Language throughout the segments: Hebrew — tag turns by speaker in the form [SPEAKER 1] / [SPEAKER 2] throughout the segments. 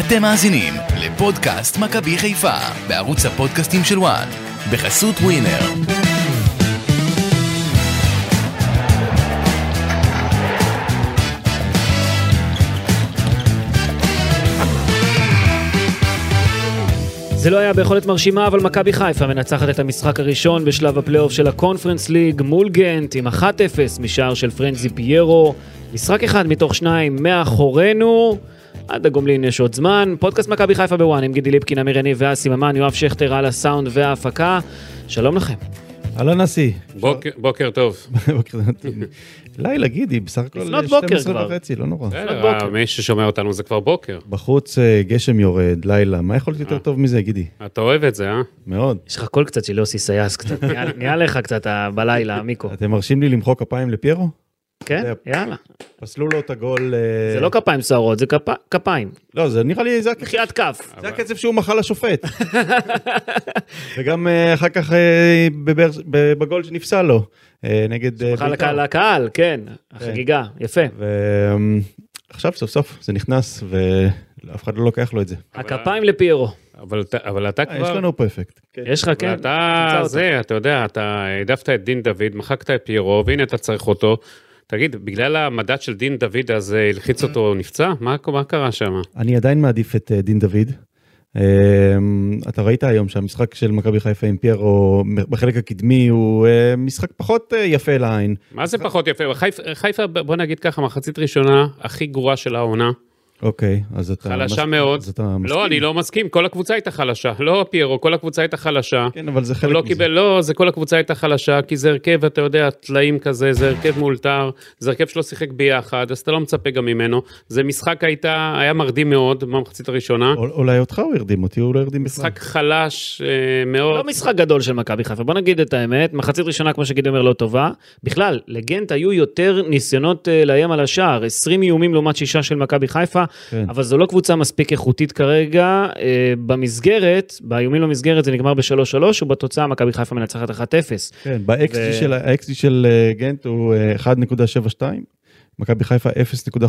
[SPEAKER 1] אתם מאזינים לפודקאסט מכבי חיפה בערוץ הפודקאסטים של וואן בחסות ווינר.
[SPEAKER 2] זה לא היה ביכולת מרשימה, אבל מכבי חיפה מנצחת את המשחק הראשון בשלב הפלייאוף של הקונפרנס ליג מול גנט עם 1-0 משער של פרנזי פיירו. משחק אחד מתוך שניים מאחורינו. עד הגומלין יש עוד זמן. פודקאסט מכבי חיפה בוואן עם גידי ליפקין, אמיר יניב ואסי ממן, יואב שכטר על הסאונד וההפקה. שלום לכם.
[SPEAKER 3] אהלן נשיא.
[SPEAKER 4] בוקר, בוקר טוב.
[SPEAKER 3] בוקר טוב. לילה גידי, בסך הכל
[SPEAKER 2] לפנות בוקר
[SPEAKER 3] 12
[SPEAKER 2] כבר. כן.
[SPEAKER 3] וחצי, לא נורא.
[SPEAKER 2] בוקר.
[SPEAKER 4] בסדר, מי ששומע אותנו זה כבר בוקר.
[SPEAKER 3] בחוץ אה, גשם יורד, לילה, מה יכול להיות יותר
[SPEAKER 2] אה.
[SPEAKER 3] טוב מזה גידי?
[SPEAKER 4] אתה אוהב את זה, אה?
[SPEAKER 3] מאוד.
[SPEAKER 2] יש לך קול קצת של יוסי סייס קצת, נהיה- נהיה לך קצת ה- בלילה, מיקו.
[SPEAKER 3] אתם מרשים לי למחוא כפיים לפיירו?
[SPEAKER 2] כן?
[SPEAKER 3] זה-
[SPEAKER 2] יאללה.
[SPEAKER 3] פסלו לו את הגול... אה,
[SPEAKER 2] זה לא כפיים סוערות, זה כפ- כפיים.
[SPEAKER 3] לא, זה נראה לי, זה הכ-
[SPEAKER 2] מחיית כף.
[SPEAKER 3] זה הקצב שהוא מחא לשופט. וגם אה, אחר כך אה, בבאר- ב- בגול שנפסל לו, אה, נגד... אה,
[SPEAKER 2] בכלל
[SPEAKER 3] בית"ר.
[SPEAKER 2] לקהל, לקהל, כן. החגיגה, יפה.
[SPEAKER 3] ועכשיו אמ, סוף סוף זה נכנס, ואף אחד לא לוקח לו את זה.
[SPEAKER 2] הכפיים לפיירו.
[SPEAKER 4] אבל אתה- אבל אתה
[SPEAKER 3] אה, יש
[SPEAKER 4] כבר...
[SPEAKER 3] לנו פה אפקט.
[SPEAKER 2] יש לך, כן.
[SPEAKER 4] אתה
[SPEAKER 2] תמצא אותו.
[SPEAKER 4] זה, אתה יודע, אתה העדפת את דין דוד, מחקת את פיירו, והנה אתה צריך אותו. תגיד, בגלל המדד של דין דוד אז אה, הלחיץ אותו, הוא נפצע? מה מה קרה שם?
[SPEAKER 3] אני עדיין מעדיף את אה, דין דוד. אה, אתה ראית היום שהמשחק של מכבי חיפה עם פיירו בחלק הקדמי הוא אה, משחק פחות אה, יפה לעין.
[SPEAKER 4] מה זה פחות יפה? חיפ- חיפה, ב- בוא נגיד ככה, מחצית ראשונה הכי גרועה של העונה.
[SPEAKER 3] אוקיי, אז אתה...
[SPEAKER 4] חלשה
[SPEAKER 3] מס-
[SPEAKER 4] מאוד.
[SPEAKER 3] אז אתה מסכים.
[SPEAKER 4] לא, אני לא מסכים, כל הקבוצה הייתה חלשה. לא פיירו, כל הקבוצה הייתה חלשה.
[SPEAKER 3] כן, אבל זה
[SPEAKER 4] הוא
[SPEAKER 3] חלק
[SPEAKER 4] לא
[SPEAKER 3] מזה.
[SPEAKER 4] קיבל, לא, זה כל הקבוצה הייתה חלשה, כי זה הרכב, אתה יודע, טלאים כזה, זה הרכב מאולתר, זה הרכב שלא שיחק ביחד, אז אתה לא מצפה גם ממנו. זה משחק הייתה, היה מרדים מאוד במחצית הראשונה.
[SPEAKER 3] אול- אולי אותך הוא הרדים אותי, הוא לא הרדים בכלל.
[SPEAKER 4] משחק חלש אה, מאוד.
[SPEAKER 2] לא משחק גדול של מכבי חיפה, בוא נגיד את האמת, מחצית ראשונה, כמו שגידי אומר, לא טובה. בכלל, לגנט היו יותר ניסיונות אה, לאיים על השער, 20 איומים לעומת שישה של מכבי חיפה,
[SPEAKER 3] כן.
[SPEAKER 2] אבל זו לא קבוצה מספיק איכותית כרגע. אה, במסגרת, באיומים למסגרת זה נגמר ב-3-3, ובתוצאה מכבי חיפה מנצחת 1-0.
[SPEAKER 3] כן, ב-XG
[SPEAKER 2] ו-
[SPEAKER 3] של, ה-XG של אה, גנט הוא אה, 1.72, מכבי חיפה 0.51.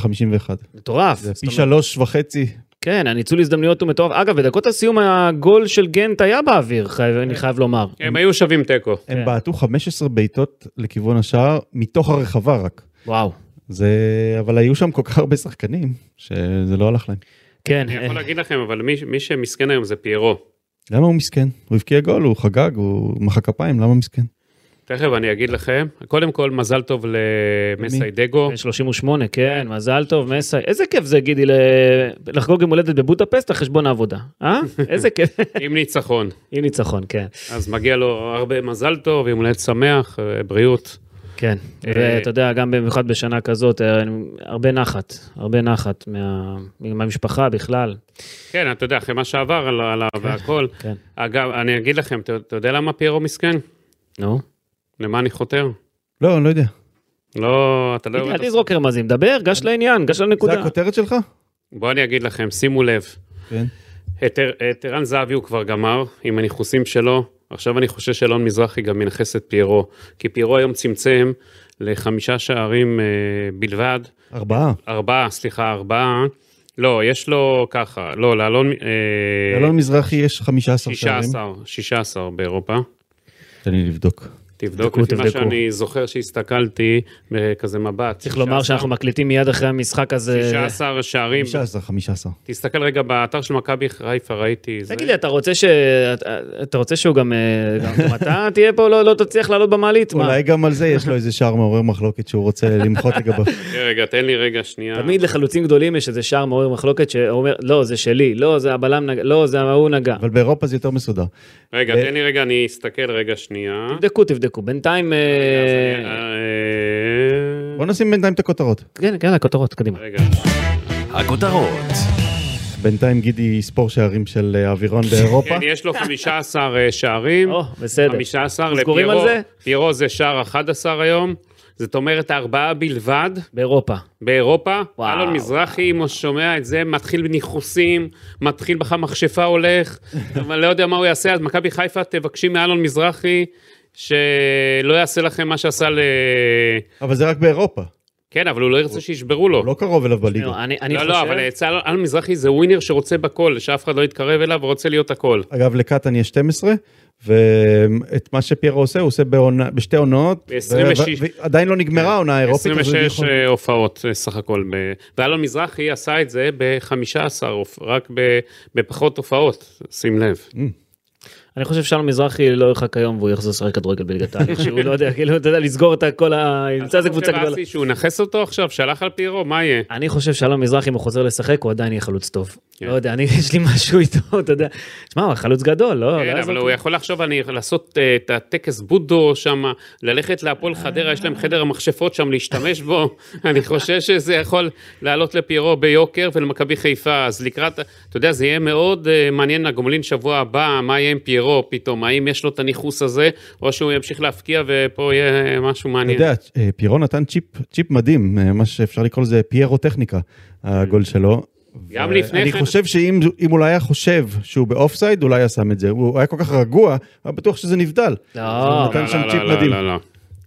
[SPEAKER 2] מטורף.
[SPEAKER 3] זה
[SPEAKER 2] זאת
[SPEAKER 3] פי
[SPEAKER 2] אומרת,
[SPEAKER 3] שלוש וחצי.
[SPEAKER 2] כן, הניצול הזדמנויות הוא מטורף. אגב, בדקות הסיום הגול של גנט היה באוויר, חייב-
[SPEAKER 4] כן.
[SPEAKER 2] אני חייב לומר.
[SPEAKER 4] הם היו שווים תיקו.
[SPEAKER 3] הם
[SPEAKER 2] כן.
[SPEAKER 3] בעטו 15 בעיטות לכיוון השער, מתוך הרחבה רק.
[SPEAKER 4] כן.
[SPEAKER 2] וואו.
[SPEAKER 3] זה, אבל היו שם כל כך הרבה שחקנים, שזה לא הלך להם.
[SPEAKER 2] כן.
[SPEAKER 4] אני
[SPEAKER 2] אה,
[SPEAKER 4] יכול להגיד לכם, אבל מי- מי שמסכן היום זה פיירו.
[SPEAKER 3] למה הוא מסכן? הוא הבקיע גול, הוא חגג, הוא מחא כפיים, למה מסכן?
[SPEAKER 4] תכף אני אגיד לכם. קודם כל, מזל טוב למסיידגו.
[SPEAKER 2] בן 38, כן, מזל טוב, מסי. איזה כיף זה, גידי, ל- לחגוג יום הולדת בבודפסט על חשבון העבודה, אה? איזה כיף.
[SPEAKER 4] עם ניצחון.
[SPEAKER 2] עם ניצחון, כן,
[SPEAKER 4] אז מגיע לו הרבה מזל טוב, יום הולדת שמח, אה, בריאות.
[SPEAKER 2] כן.
[SPEAKER 4] אה,
[SPEAKER 2] ואתה יודע, גם במיוחד בשנה כזאת, אה, הרבה נחת, הרבה נחת מה- מהמשפחה בכלל.
[SPEAKER 4] כן, אתה יודע, אחרי מה שעבר על- עליו והכל.
[SPEAKER 2] כן.
[SPEAKER 4] אגב, אני אגיד לכם, אתה, אתה יודע למה פיירו מסכן?
[SPEAKER 2] נו.
[SPEAKER 4] לא, למה אני חותר?
[SPEAKER 3] לא, אני לא יודע.
[SPEAKER 4] לא, אתה לא...
[SPEAKER 2] גידי, אל תזרוק רמזים, דבר, גש לעניין, גש
[SPEAKER 3] זה
[SPEAKER 2] לנקודה.
[SPEAKER 3] הכותרת שלך?
[SPEAKER 4] בוא אני אגיד לכם, שימו לב,
[SPEAKER 3] כן.
[SPEAKER 4] את, ער- את ערן זהבי הוא כבר גמר עם הניחוסים שלו, עכשיו אני חושב שאלון מזרחי גם מנכס את פיירו, כי פיירו היום צמצם לחמישה שערים אה, בלבד,
[SPEAKER 3] ארבעה.
[SPEAKER 4] ארבעה, סליחה, ארבעה. לא, יש לו ככה, לא, לאלון... אה,
[SPEAKER 3] אלון מזרחי יש 15 שערים.
[SPEAKER 4] 16, 16 באירופה.
[SPEAKER 3] תן לי לבדוק.
[SPEAKER 4] תבדוק,
[SPEAKER 2] תבדקו,
[SPEAKER 4] לפי מה
[SPEAKER 2] תבדקו.
[SPEAKER 4] שאני זוכר שהסתכלתי, בכזה מבט.
[SPEAKER 2] צריך לומר
[SPEAKER 4] 16.
[SPEAKER 2] שאנחנו מקליטים מיד אחרי המשחק הזה.
[SPEAKER 4] 16 שערים.
[SPEAKER 3] 15, 15.
[SPEAKER 4] תסתכל רגע באתר של מכבי חיפה, ראיתי. זה-
[SPEAKER 2] תגיד לי, אתה רוצה ש... אתה- אתה רוצה שהוא גם... אה, גם- גם אתה תהיה פה, לא לא תצליח לעלות במעלית? מה?
[SPEAKER 3] אולי גם על זה יש לו איזה שער מעורר מחלוקת שהוא רוצה למחות לגביו.
[SPEAKER 4] אה, רגע, תן לי רגע שנייה.
[SPEAKER 2] תמיד לחלוצים גדולים יש איזה שער מעורר מחלוקת שאומר, לא, זה שלי, לא, זה הבלם נגע, לא, זה ההוא נגע.
[SPEAKER 3] אבל באירופה זה יותר מסודר.
[SPEAKER 4] רגע,
[SPEAKER 2] אה,
[SPEAKER 3] ו-
[SPEAKER 4] תן לי רגע, אני אסתכל רגע שנייה.
[SPEAKER 2] תבדקו, תבדקו. בינתיים... אה,
[SPEAKER 4] אז אני- אה,
[SPEAKER 3] בוא נשים בינתיים את הכותרות.
[SPEAKER 2] כן, כן, הכותרות, קדימה.
[SPEAKER 4] רגע,
[SPEAKER 1] הכותרות
[SPEAKER 3] בינתיים גידי יספור שערים של אה, אווירון באירופה.
[SPEAKER 4] כן, יש לו 15 אה, שערים.
[SPEAKER 2] או, בסדר.
[SPEAKER 4] 15
[SPEAKER 2] סגורים על
[SPEAKER 4] לפיירו.
[SPEAKER 2] זה?
[SPEAKER 4] פיירו זה שער 11 היום. זאת אומרת, ארבעה בלבד.
[SPEAKER 2] באירופה.
[SPEAKER 4] באירופה,
[SPEAKER 2] וואו.
[SPEAKER 4] אלון מזרחי, אם הוא שומע את זה, מתחיל בניחוסים, מתחיל בכלל מכשפה הולך, אבל לא יודע מה הוא יעשה, אז מכבי חיפה תבקשי מאלון מזרחי, שלא יעשה לכם מה שעשה ל...
[SPEAKER 3] אבל זה רק באירופה.
[SPEAKER 4] כן, אבל הוא לא ירצה שישברו לו.
[SPEAKER 3] הוא לא קרוב אליו בליגה.
[SPEAKER 2] אני, אני
[SPEAKER 4] לא,
[SPEAKER 2] חושב...
[SPEAKER 4] לא, אבל אצל אלון מזרחי זה ווינר שרוצה בכל, שאף אחד לא יתקרב אליו, ורוצה להיות הכל.
[SPEAKER 3] אגב, לקטן יש 12, ואת מה שפיירו עושה, הוא עושה בעונה- בשתי עונות.
[SPEAKER 4] ב-26.
[SPEAKER 3] ו- ו- ועדיין לא נגמרה העונה האירופית. אז הוא
[SPEAKER 4] 26
[SPEAKER 3] יכול-
[SPEAKER 4] כן. אה, הופעות אה, סך הכל. ב- ואלון מזרחי עשה את זה ב-15, רק ב- בפחות הופעות, שים לב.
[SPEAKER 2] אני חושב שאלון מזרחי לא ירחק היום והוא יחזור לשחק כדורגל בליגת העל, שהוא לא יודע, כאילו, אתה יודע, לסגור את כל ה... ימצא איזה קבוצה
[SPEAKER 4] אתה חושב,
[SPEAKER 2] גדולה.
[SPEAKER 4] אסי, שהוא נכס אותו עכשיו, שלח על פיירו, מה יהיה?
[SPEAKER 2] אני חושב שאלון מזרחי, אם הוא חוזר לשחק, הוא עדיין יהיה חלוץ טוב.
[SPEAKER 4] כן.
[SPEAKER 2] לא יודע, אני, יש לי משהו איתו, אתה יודע. שמע, הוא חלוץ גדול, לא? לא
[SPEAKER 4] כן,
[SPEAKER 2] יעזור
[SPEAKER 4] אבל הוא
[SPEAKER 2] כלום.
[SPEAKER 4] יכול לחשוב אני לעשות אה, את הטקס בודו שם, ללכת
[SPEAKER 2] אה.
[SPEAKER 4] להפועל חדרה, יש להם חדר המכשפות שם, להשתמש בו. אני חושב שזה יכול לעלות לפיירו ביוקר ולמכבי חיפה, אז לקראת, אתה יודע, זה יהיה מאוד אה, מעניין לגומלין שבוע הבא, מה יהיה עם פיירו פתאום, האם יש לו את הניכוס הזה, או שהוא ימשיך להפקיע ופה יהיה משהו
[SPEAKER 3] אתה
[SPEAKER 4] מעניין.
[SPEAKER 3] יודע, אה, פיירו נתן צ'יפ, צ'יפ מדהים, אה, מה שאפשר לקרוא לזה פיירו טכניקה, הגול שלו.
[SPEAKER 4] גם
[SPEAKER 3] ו-
[SPEAKER 4] לפני
[SPEAKER 3] אה, אני
[SPEAKER 4] כן-
[SPEAKER 3] חושב שאם אם הוא לא היה חושב שהוא באופסייד, אולי היה שם את זה. הוא היה כל כך רגוע, היה בטוח שזה נבדל.
[SPEAKER 2] לא.
[SPEAKER 3] אז הוא
[SPEAKER 4] לא,
[SPEAKER 3] נתן שם
[SPEAKER 4] לא,
[SPEAKER 3] צ'יפ
[SPEAKER 4] לא, לא,
[SPEAKER 3] מדהים.
[SPEAKER 4] לא, לא.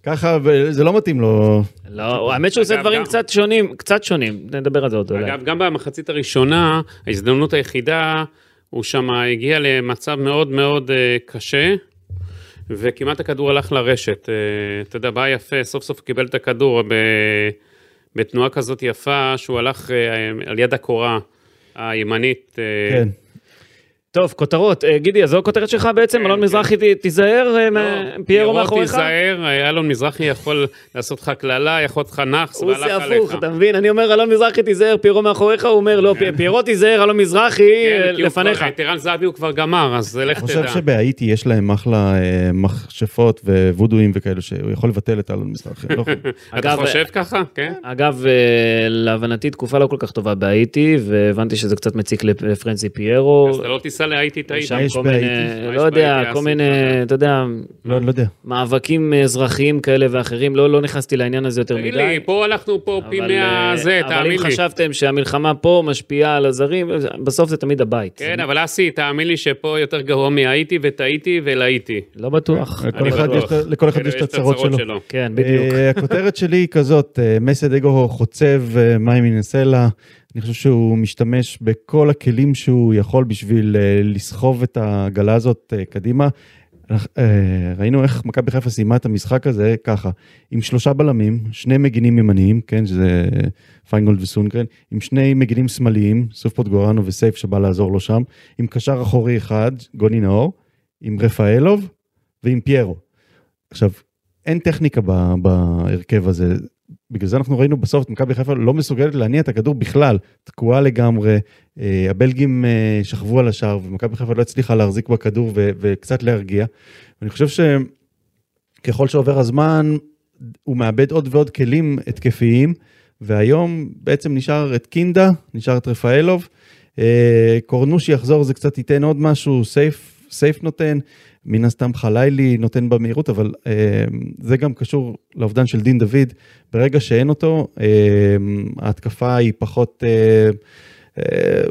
[SPEAKER 3] ככה, וזה לא מתאים לו.
[SPEAKER 2] לא, האמת שהוא עושה
[SPEAKER 4] אגב,
[SPEAKER 2] דברים
[SPEAKER 4] גם-
[SPEAKER 2] קצת שונים, קצת שונים, נדבר על זה עוד אולי.
[SPEAKER 4] אגב, גם במחצית הראשונה, ההזדמנות היחידה, הוא שם הגיע למצב מאוד מאוד אה, קשה, וכמעט הכדור הלך לרשת. אה, אתה יודע, בא יפה, סוף סוף קיבל את הכדור ב... בתנועה כזאת יפה, שהוא הלך אה, על יד הקורה הימנית. אה,
[SPEAKER 3] כן.
[SPEAKER 2] טוב, כותרות, אה, גידי, אז זו הכותרת שלך
[SPEAKER 4] אה,
[SPEAKER 2] בעצם, אלון מזרחי, ת- תיזהר, אה, מה- פיירו מאחוריך?
[SPEAKER 4] כן. לא, תיזהר, אה, אלון מזרחי יכול לעשות לך קללה, יכול להיות לך נאחס,
[SPEAKER 2] הוא
[SPEAKER 4] והלך
[SPEAKER 2] עושה
[SPEAKER 4] עליך.
[SPEAKER 2] הפוך, אתה מבין? אני אומר, אלון מזרחי תיזהר, פיירו מאחוריך, הוא אומר, לא, פי- פיירו תיזהר, אלון מזרחי אה,
[SPEAKER 4] כן, כי הוא
[SPEAKER 2] לפניך.
[SPEAKER 4] כבר- את ערן זהבי הוא כבר גמר, אז לך
[SPEAKER 3] אני חושב
[SPEAKER 4] תדע.
[SPEAKER 3] שבהאיטי יש להם אחלה אה, מכשפות ווודואים וכאלו, שהוא יכול לבטל את אלון מזרחי. לא יכול.
[SPEAKER 4] אתה
[SPEAKER 2] אגב,
[SPEAKER 4] חושב ככה? כן.
[SPEAKER 2] אגב, אה, להבנתי, תקופה לא כל כך טובה בהאיטי, והבנתי שזה קצת מציק לפ- לפרנסי פיירו.
[SPEAKER 4] אז אתה לא תיסע להאיטי את האיטי.
[SPEAKER 2] שם
[SPEAKER 3] יש
[SPEAKER 2] כל
[SPEAKER 3] בהאיטי?
[SPEAKER 2] מיני,
[SPEAKER 4] מה
[SPEAKER 2] לא
[SPEAKER 4] יש
[SPEAKER 2] יודע,
[SPEAKER 4] בהאיטי?
[SPEAKER 2] כל
[SPEAKER 4] עשו
[SPEAKER 2] מיני, אתה יודע,
[SPEAKER 3] לא לא יודע.
[SPEAKER 2] מאבקים אזרחיים כאלה ואחרים, לא לא נכנסתי לעניין הזה יותר
[SPEAKER 4] תגיד לי,
[SPEAKER 2] מדי.
[SPEAKER 4] פה הלכנו פה פי
[SPEAKER 2] אבל, אה,
[SPEAKER 4] מאה זה,
[SPEAKER 2] אבל
[SPEAKER 4] תאמין
[SPEAKER 2] אם
[SPEAKER 4] לי.
[SPEAKER 2] חשבתם שהמלחמה פה משפיעה על הזרים, אה, בסוף זה תמיד הבית.
[SPEAKER 4] כן, אבל אסי, תאמין לי שפה יותר גרוע מהייתי וטעיתי ולהיתי.
[SPEAKER 2] לא בטוח.
[SPEAKER 3] לכל
[SPEAKER 2] אני
[SPEAKER 3] אחד
[SPEAKER 2] בטוח.
[SPEAKER 3] יש את ה- לכל
[SPEAKER 4] כאילו,
[SPEAKER 3] אחד יש את הצרות שלו.
[SPEAKER 2] כן, בדיוק.
[SPEAKER 3] אה, הכותרת שלי היא כזאת, אה, מסי דגו חוצב אה, מים מן הסלע. אני חושב שהוא משתמש בכל הכלים שהוא יכול בשביל אה, לסחוב את העגלה הזאת אה, קדימה. אנחנו- אה, ראינו איך מכבי חיפה סיימה את המשחק הזה ככה, עם שלושה בלמים, שני מגינים ימניים, כן, שזה פיינגולד וסונגרן, עם שני מגינים שמאליים, סופוט גורנו וסייף שבא לעזור לו שם, עם קשר אחורי אחד, גוני נאור, עם רפאלוב ועם פיירו. עכשיו, אין טכניקה ב- בהרכב הזה. בגלל זה אנחנו ראינו בסוף את מכבי חיפה לא מסוגלת להניע את הכדור בכלל, תקועה לגמרי. אה, הבלגים אה, שכבו על השער ומכבי חיפה לא הצליחה להחזיק בכדור ו- וקצת להרגיע. אני חושב שככל שעובר הזמן, הוא מאבד עוד ועוד כלים התקפיים, והיום בעצם נשאר את קינדה, נשאר את רפאלוב. אה, קורנושי יחזור, זה קצת ייתן עוד משהו, סייף, סייף נותן, מן הסתם חלילי נותן במהירות, אבל אה, זה גם קשור לאובדן של דין דוד. ברגע שאין אותו, אה, ההתקפה היא פחות, אה, אה,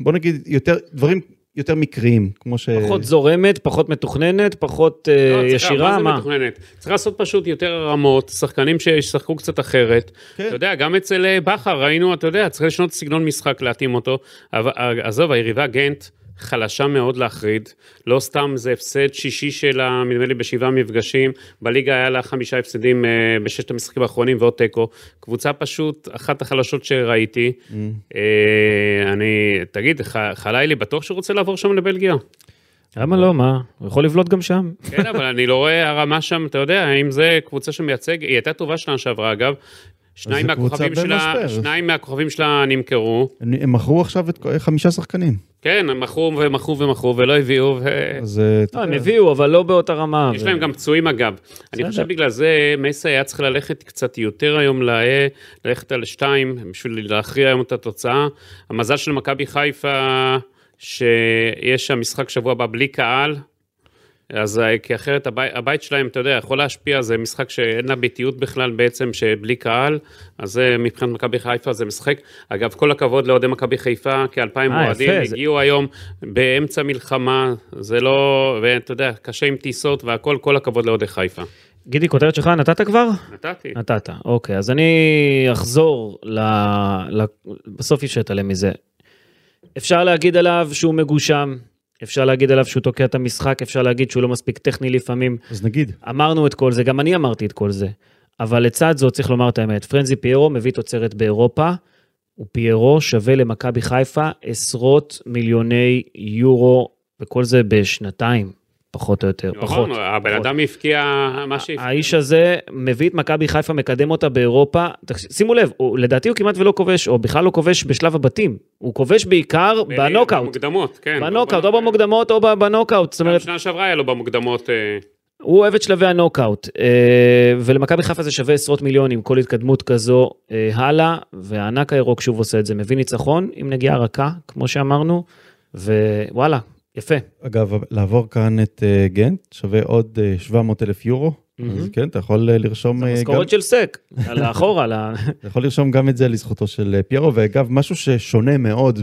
[SPEAKER 3] בוא נגיד, יותר, דברים יותר מקריים, כמו ש...
[SPEAKER 2] פחות זורמת, פחות מתוכננת, פחות אה,
[SPEAKER 4] לא, צריכה-
[SPEAKER 2] ישירה,
[SPEAKER 4] מה? זה
[SPEAKER 2] מה?
[SPEAKER 4] מתוכננת? צריך לעשות פשוט יותר הרמות, שחקנים שישחקו קצת אחרת.
[SPEAKER 3] כן.
[SPEAKER 4] אתה יודע, גם אצל אה, בכר ראינו, אתה יודע, צריך לשנות סגנון משחק, להתאים אותו. אבל, אה, עזוב, היריבה גנט חלשה מאוד להחריד. לא סתם זה הפסד שישי שלה, נדמה לי, בשבעה מפגשים. בליגה היה לה חמישה הפסדים אה, בששת המשחקים האחרונים ועוד תיקו. קבוצה פשוט, אחת החלשות שראיתי.
[SPEAKER 3] Mm.
[SPEAKER 4] אה, אני, תגיד, ח- חלילי בטוח שהוא רוצה לעבור שם לבלגיה?
[SPEAKER 2] למה לא, מה? הוא יכול לבלוט גם שם.
[SPEAKER 4] כן, אבל אני לא רואה הרמה שם, אתה יודע, אם זה קבוצה שמייצג, היא הייתה טובה שנה שעברה אגב. שניים
[SPEAKER 3] זו
[SPEAKER 4] מהכוכבים,
[SPEAKER 3] קבוצה
[SPEAKER 4] שלה,
[SPEAKER 3] במשבר.
[SPEAKER 4] שניים מהכוכבים שלה נמכרו,
[SPEAKER 3] הם הם מכרו עכשיו את כל- חמישה שחקנים.
[SPEAKER 4] כן, הם מכרו ומכרו ומכרו ולא הביאו, ו...
[SPEAKER 3] אז אה, אתה
[SPEAKER 2] לא, הם
[SPEAKER 3] יודע,
[SPEAKER 2] הביאו, אבל לא באותה רמה.
[SPEAKER 4] יש
[SPEAKER 2] ו-
[SPEAKER 4] להם גם פצועים אגב. אני חושב בגלל זה מסי היה צריך ללכת קצת יותר היום, ל- ללכת על שתיים, בשביל להכריע היום את התוצאה. המזל של מכבי חיפה, שיש שם משחק שבוע הבא בלי קהל. אז אה, כי אחרת הבית, הבית שלהם, אתה יודע, יכול להשפיע, זה משחק שאין לה ביטיות בכלל בעצם, שבלי קהל, אז זה מבחינת מכבי חיפה זה משחק. אגב, כל הכבוד לאוהדי מכבי חיפה, כאלפיים
[SPEAKER 2] אה,
[SPEAKER 4] אוהדים
[SPEAKER 2] יפה, זה-
[SPEAKER 4] הגיעו היום באמצע מלחמה, זה לא, ואתה יודע, קשה עם טיסות והכל, כל הכבוד לאוהדי חיפה.
[SPEAKER 2] גידי, כותרת שלך נתת כבר?
[SPEAKER 4] נתתי.
[SPEAKER 2] נתת, אוקיי. אז אני אחזור ל... ל... בסוף אי אפשר להתעלם מזה. אפשר להגיד עליו שהוא מגושם, אפשר להגיד עליו שהוא תוקע את המשחק, אפשר להגיד שהוא לא מספיק טכני לפעמים.
[SPEAKER 3] אז נגיד,
[SPEAKER 2] אמרנו את כל זה, גם אני אמרתי את כל זה. אבל לצד זאת צריך לומר את האמת, פרנזי פיירו מביא תוצרת באירופה, ופיירו שווה למכבי חיפה עשרות מיליוני יורו, וכל זה בשנתיים, פחות או יותר. פחות.
[SPEAKER 4] אמרנו, הבן
[SPEAKER 2] פחות.
[SPEAKER 4] אדם הפקיע מה שהפקיע.
[SPEAKER 2] האיש הזה מביא את מכבי חיפה, מקדם אותה באירופה. תקש- שימו לב, הוא, לדעתי הוא כמעט ולא כובש, או בכלל לא כובש בשלב הבתים. הוא כובש בעיקר
[SPEAKER 4] אה,
[SPEAKER 2] בנוקאוט.
[SPEAKER 4] במוקדמות, כן.
[SPEAKER 2] בנוקאוט, או במוקדמות או בנוקאוט. זאת
[SPEAKER 4] גם
[SPEAKER 2] אומרת,
[SPEAKER 4] שנה שעברה היה לו במוקדמות. אה,
[SPEAKER 2] הוא אוהב את שלבי הנוקאוט, אה, ולמכבי חיפה זה שווה עשרות מיליונים, כל התקדמות כזו אה, הלאה, והענק הירוק שוב עושה את זה, מביא ניצחון עם נגיעה רכה, כמו שאמרנו, ווואלה, יפה.
[SPEAKER 3] אגב, לעבור כאן את אה, גנט שווה עוד 700 אלף יורו, אז
[SPEAKER 2] מהמם.
[SPEAKER 3] כן, אתה יכול אה, לרשום... אה, גם-
[SPEAKER 2] משכורת של סק, על האחורה, על ה...
[SPEAKER 3] אתה יכול לרשום גם את זה לזכותו של אה, פיירו, ואגב, משהו ששונה מאוד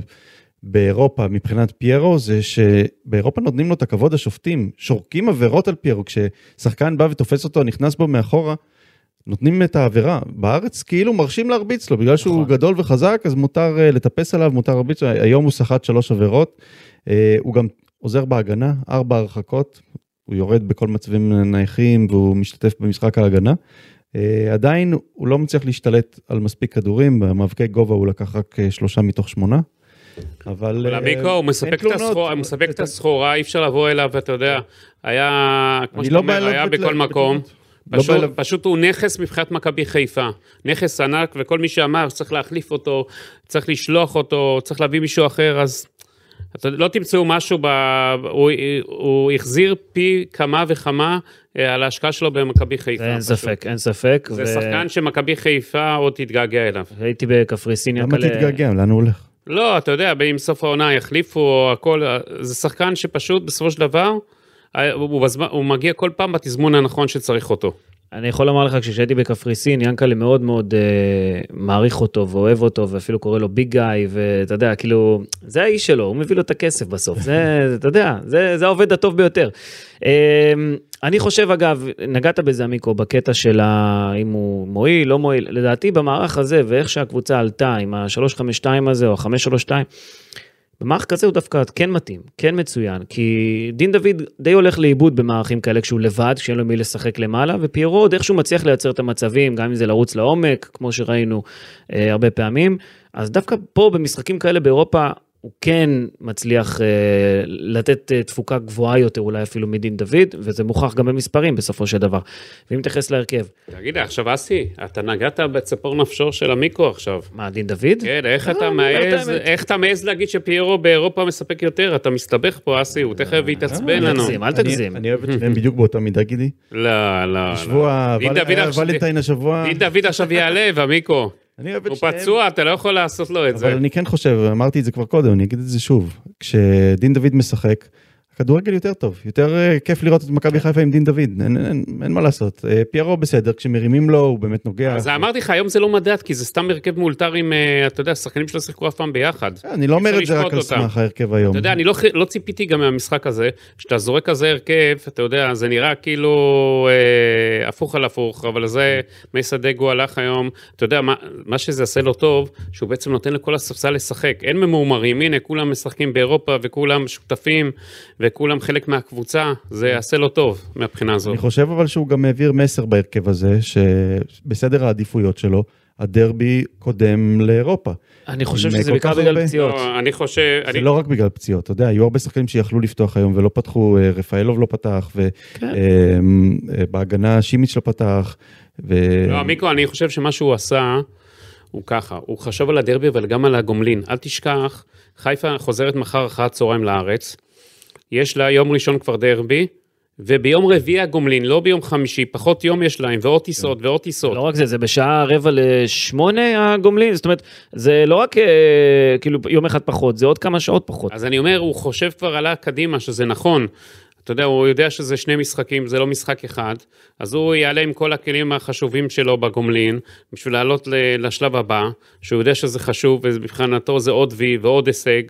[SPEAKER 3] באירופה מבחינת פיירו, זה שבאירופה נותנים לו את הכבוד השופטים, שורקים עבירות על פיירו, כששחקן בא ותופס אותו, נכנס בו מאחורה, נותנים את העבירה. בארץ כאילו מרשים להרביץ לו, בגלל שהוא
[SPEAKER 2] נכון.
[SPEAKER 3] גדול וחזק, אז מותר אה, לטפס עליו, מותר להרביץ לו, היום הוא סחט שלוש עבירות, אה, הוא גם עוזר בהגנה, ארבע הרחקות, הוא יורד בכל מצבים נייחים והוא משתתף במשחק ההגנה. אה, עדיין הוא לא מצליח להשתלט על מספיק כדורים, במאבקי גובה הוא לקח רק אה, שלושה מתוך שמונה. אבל...
[SPEAKER 4] אבל
[SPEAKER 3] אה,
[SPEAKER 4] המיקרו, הוא מספק
[SPEAKER 3] אין
[SPEAKER 4] את
[SPEAKER 3] תלונות.
[SPEAKER 4] הסחורה, הוא מספק את הסחורה, אי אפשר לבוא אליו, אתה יודע, היה, כמו
[SPEAKER 3] אני
[SPEAKER 4] שאתה
[SPEAKER 3] לא
[SPEAKER 4] אומר,
[SPEAKER 3] בא אליו
[SPEAKER 4] היה
[SPEAKER 3] בת-
[SPEAKER 4] בכל מקום.
[SPEAKER 3] לא
[SPEAKER 4] פשוט,
[SPEAKER 3] בא אליו-
[SPEAKER 4] פשוט הוא נכס מבחינת מכבי חיפה, נכס ענק, וכל מי שאמר שצריך להחליף אותו, צריך לשלוח אותו, צריך להביא מישהו אחר, אז אתה, לא תמצאו משהו, ב, הוא, הוא החזיר פי כמה וכמה אה, על ההשקעה שלו במכבי חיפה.
[SPEAKER 2] אין
[SPEAKER 4] פשוט.
[SPEAKER 2] ספק, אין ספק.
[SPEAKER 4] זה
[SPEAKER 2] ו-
[SPEAKER 4] שחקן שמכבי חיפה עוד תתגעגע אליו.
[SPEAKER 2] הייתי בקפריסין,
[SPEAKER 3] למה
[SPEAKER 2] יקלה-
[SPEAKER 3] תתגעגע? לאן הוא הולך?
[SPEAKER 4] לא, אתה יודע, אם סוף העונה יחליפו או הכל, זה שחקן שפשוט בסופו של דבר, אה, הוא, בזמן, הוא מגיע כל פעם בתזמון הנכון שצריך אותו.
[SPEAKER 2] אני יכול לומר לך, כשהייתי בקפריסין, ינקלה מאוד מאוד אה, מעריך אותו ואוהב אותו, ואפילו קורא לו ביג גיא, ואתה יודע, כאילו, זה האיש שלו, הוא מביא לו את הכסף בסוף, זה, אתה יודע, זה, זה העובד הטוב ביותר. אה, אני חושב, אגב, נגעת בזה, עמיקו, בקטע של ה... אם הוא מועיל, לא מועיל, לדעתי במערך הזה, ואיך שהקבוצה עלתה עם ה-352 הזה, או ה-532, במערך כזה הוא דווקא כן מתאים, כן מצוין, כי דין דוד די הולך לאיבוד במערכים כאלה כשהוא לבד, כשאין לו מי לשחק למעלה, ופיירו עוד איכשהו מצליח לייצר את המצבים, גם אם זה לרוץ לעומק, כמו שראינו אה, הרבה פעמים, אז דווקא פה במשחקים כאלה באירופה, הוא כן מצליח אה, לתת אה, תפוקה גבוהה יותר אולי אפילו מדין דוד, וזה מוכח גם במספרים בסופו של דבר. ואם נתייחס להרכב,
[SPEAKER 4] תגיד, לי, עכשיו אסי, אתה נגעת בציפור נפשו של המיקרו עכשיו.
[SPEAKER 2] מה, דין דוד?
[SPEAKER 4] כן, איך
[SPEAKER 2] אה,
[SPEAKER 4] אתה
[SPEAKER 2] אני אומר את
[SPEAKER 4] מעז,
[SPEAKER 2] האמת.
[SPEAKER 4] איך אתה מעז להגיד שפיירו באירופה מספק יותר? אתה מסתבך פה, אסי, הוא תכף יתעצבן
[SPEAKER 2] אה,
[SPEAKER 4] לנו.
[SPEAKER 2] תגזים, אל
[SPEAKER 3] אני-
[SPEAKER 2] תגזים.
[SPEAKER 3] אני אוהב את שניהם בדיוק באותה מידה, גידי.
[SPEAKER 4] לא, לא,
[SPEAKER 3] שבוע,
[SPEAKER 4] לא. דין דוד
[SPEAKER 3] היה
[SPEAKER 4] עכשיו-
[SPEAKER 3] ולנטיין השבוע.
[SPEAKER 4] דין דוד עכשיו יעלה, והמיקרו.
[SPEAKER 3] אני אוהב את
[SPEAKER 4] הוא
[SPEAKER 3] שניהם.
[SPEAKER 4] פצוע, אתה לא יכול לעשות לו את
[SPEAKER 3] אבל
[SPEAKER 4] זה.
[SPEAKER 3] אני כן חושב, אמרתי את זה כבר קודם, אני אגיד את זה שוב. כשדין דוד משחק, הכדורגל יותר טוב, יותר אה, כיף לראות את
[SPEAKER 4] כן.
[SPEAKER 3] מכבי חיפה עם דין דוד, אין- אין אין מה לעשות. אה, פיירו בסדר, כשמרימים לו הוא באמת נוגע.
[SPEAKER 4] אז אמרתי לך, היום זה לא מדד, כי זה סתם הרכב מאולתר עם, אה, אתה יודע, שחקנים שלא שיחקו אף פעם ביחד.
[SPEAKER 3] אני לא אומר
[SPEAKER 4] אפשר
[SPEAKER 3] את זה רק
[SPEAKER 4] לשפוט
[SPEAKER 3] על
[SPEAKER 4] אותם.
[SPEAKER 3] סמך ההרכב היום.
[SPEAKER 4] אתה יודע, אני לא, חי- לא ציפיתי גם מהמשחק הזה, כשאתה זורק כזה הרכב, אתה יודע, זה נראה כאילו אה, הפוך על הפוך, אבל זה, מייסה דגו הלך היום, אתה יודע, מה, מה שזה עושה לו טוב, שהוא בעצם נותן לכל הספסל לשחק. אין ממורמרים, הנה, כולם משחקים באירופה, וכולם שותפים, וכולם חלק מהקבוצה, זה יעשה לו טוב מהבחינה הזאת.
[SPEAKER 3] כן. אני חושב אבל שהוא גם העביר מסר בהרכב הזה, שבסדר העדיפויות שלו, הדרבי קודם לאירופה.
[SPEAKER 2] אני חושב
[SPEAKER 3] עם
[SPEAKER 2] שזה
[SPEAKER 3] כל
[SPEAKER 2] בעיקר
[SPEAKER 3] כך
[SPEAKER 2] בגלל
[SPEAKER 3] הרבה-
[SPEAKER 2] פציעות.
[SPEAKER 4] לא, אני חושב,
[SPEAKER 3] זה
[SPEAKER 4] אני,
[SPEAKER 3] לא רק בגלל פציעות, אתה יודע, היו הרבה שחקנים שיכלו לפתוח היום ולא פתחו, אה, רפאלוב לא פתח,
[SPEAKER 2] כן.
[SPEAKER 3] ובהגנה שימיץ' לא פתח. ו-
[SPEAKER 4] לא, מיקו, אני חושב שמה שהוא עשה, הוא ככה, הוא חשב על הדרבי אבל גם על הגומלין. אל תשכח, חיפה חוזרת מחר אחר הצהריים לארץ, יש לה יום ראשון כבר דרבי, וביום רביעי הגומלין, לא ביום חמישי, פחות יום יש להם, ועוד טיסות ועוד טיסות.
[SPEAKER 2] לא רק זה, זה בשעה רבע לשמונה הגומלין, זאת אומרת, זה לא רק אה, כאילו יום אחד פחות, זה עוד כמה שעות פחות.
[SPEAKER 4] אז אני אומר, הוא חושב כבר עלה קדימה, שזה נכון. אתה יודע, הוא יודע שזה שני משחקים, זה לא משחק אחד, אז הוא יעלה עם כל הכלים החשובים שלו בגומלין, בשביל לעלות ל- לשלב הבא, שהוא יודע שזה חשוב, ומבחינתו זה עוד וי ועוד הישג,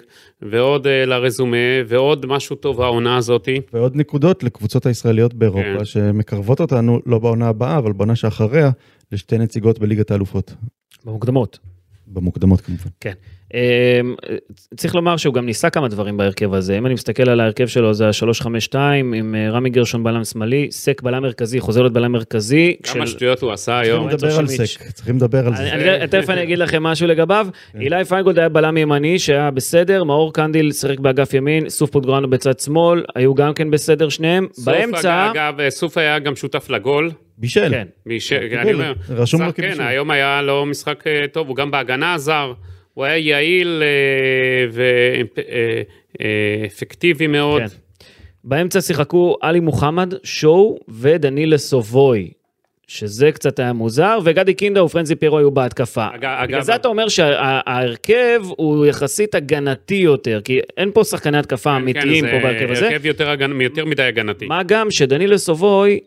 [SPEAKER 4] ועוד אה, לרזומה, ועוד משהו טוב העונה הזאתי.
[SPEAKER 3] ועוד נקודות לקבוצות הישראליות באירופה,
[SPEAKER 4] כן.
[SPEAKER 3] שמקרבות אותנו, לא בעונה הבאה, אבל בעונה שאחריה, לשתי נציגות בליגת האלופות.
[SPEAKER 2] במוקדמות.
[SPEAKER 3] במוקדמות כמובן.
[SPEAKER 2] אמ, צריך לומר שהוא גם ניסה כמה דברים בהרכב הזה. אם אני מסתכל על ההרכב שלו, זה ה-352 עם אה, רמי גרשון בלם שמאלי, סק בלם מרכזי, חוזר להיות בלם מרכזי.
[SPEAKER 4] כמה
[SPEAKER 2] של-
[SPEAKER 4] שטויות הוא עשה היום.
[SPEAKER 3] צריכים לדבר על
[SPEAKER 2] צ'רשמיץ'.
[SPEAKER 3] סק, צריכים לדבר על זה.
[SPEAKER 2] אני- אני- תכף אני אגיד לכם משהו לגביו.
[SPEAKER 4] כן.
[SPEAKER 2] אילי פיינגולד היה בלם ימני שהיה בסדר, מאור קנדיל שיחק באגף ימין, סוף פוטגרנו בצד שמאל, היו גם כן בסדר שניהם.
[SPEAKER 4] סוף,
[SPEAKER 2] באמצע,
[SPEAKER 4] אגב, סוף היה גם שותף לגול.
[SPEAKER 3] בישל.
[SPEAKER 2] כן,
[SPEAKER 4] מיש-
[SPEAKER 3] הוא
[SPEAKER 4] אני
[SPEAKER 3] גול,
[SPEAKER 4] אומר,
[SPEAKER 3] רשום
[SPEAKER 4] זר,
[SPEAKER 3] לו
[SPEAKER 4] כן,
[SPEAKER 3] כבישול.
[SPEAKER 4] היום היה לו משחק אה, טוב, הוא גם בהגנה עזר, הוא היה יעיל אה, ואפקטיבי אה, מאוד.
[SPEAKER 2] כן. באמצע שיחקו עלי מוחמד, שואו ודנילה סובוי, שזה קצת היה מוזר, וגדי קינדה ופרנזי פירו היו בהתקפה.
[SPEAKER 4] אגב- אגב-
[SPEAKER 2] בגלל זה אתה אומר שההרכב הוא יחסית הגנתי יותר, כי אין פה שחקני התקפה אמיתיים
[SPEAKER 4] כן,
[SPEAKER 2] פה
[SPEAKER 4] זה
[SPEAKER 2] בהרכב הזה.
[SPEAKER 4] הרכב יותר הגנ- יותר מדי הגנתי.
[SPEAKER 2] מה גם שדנילה סובוי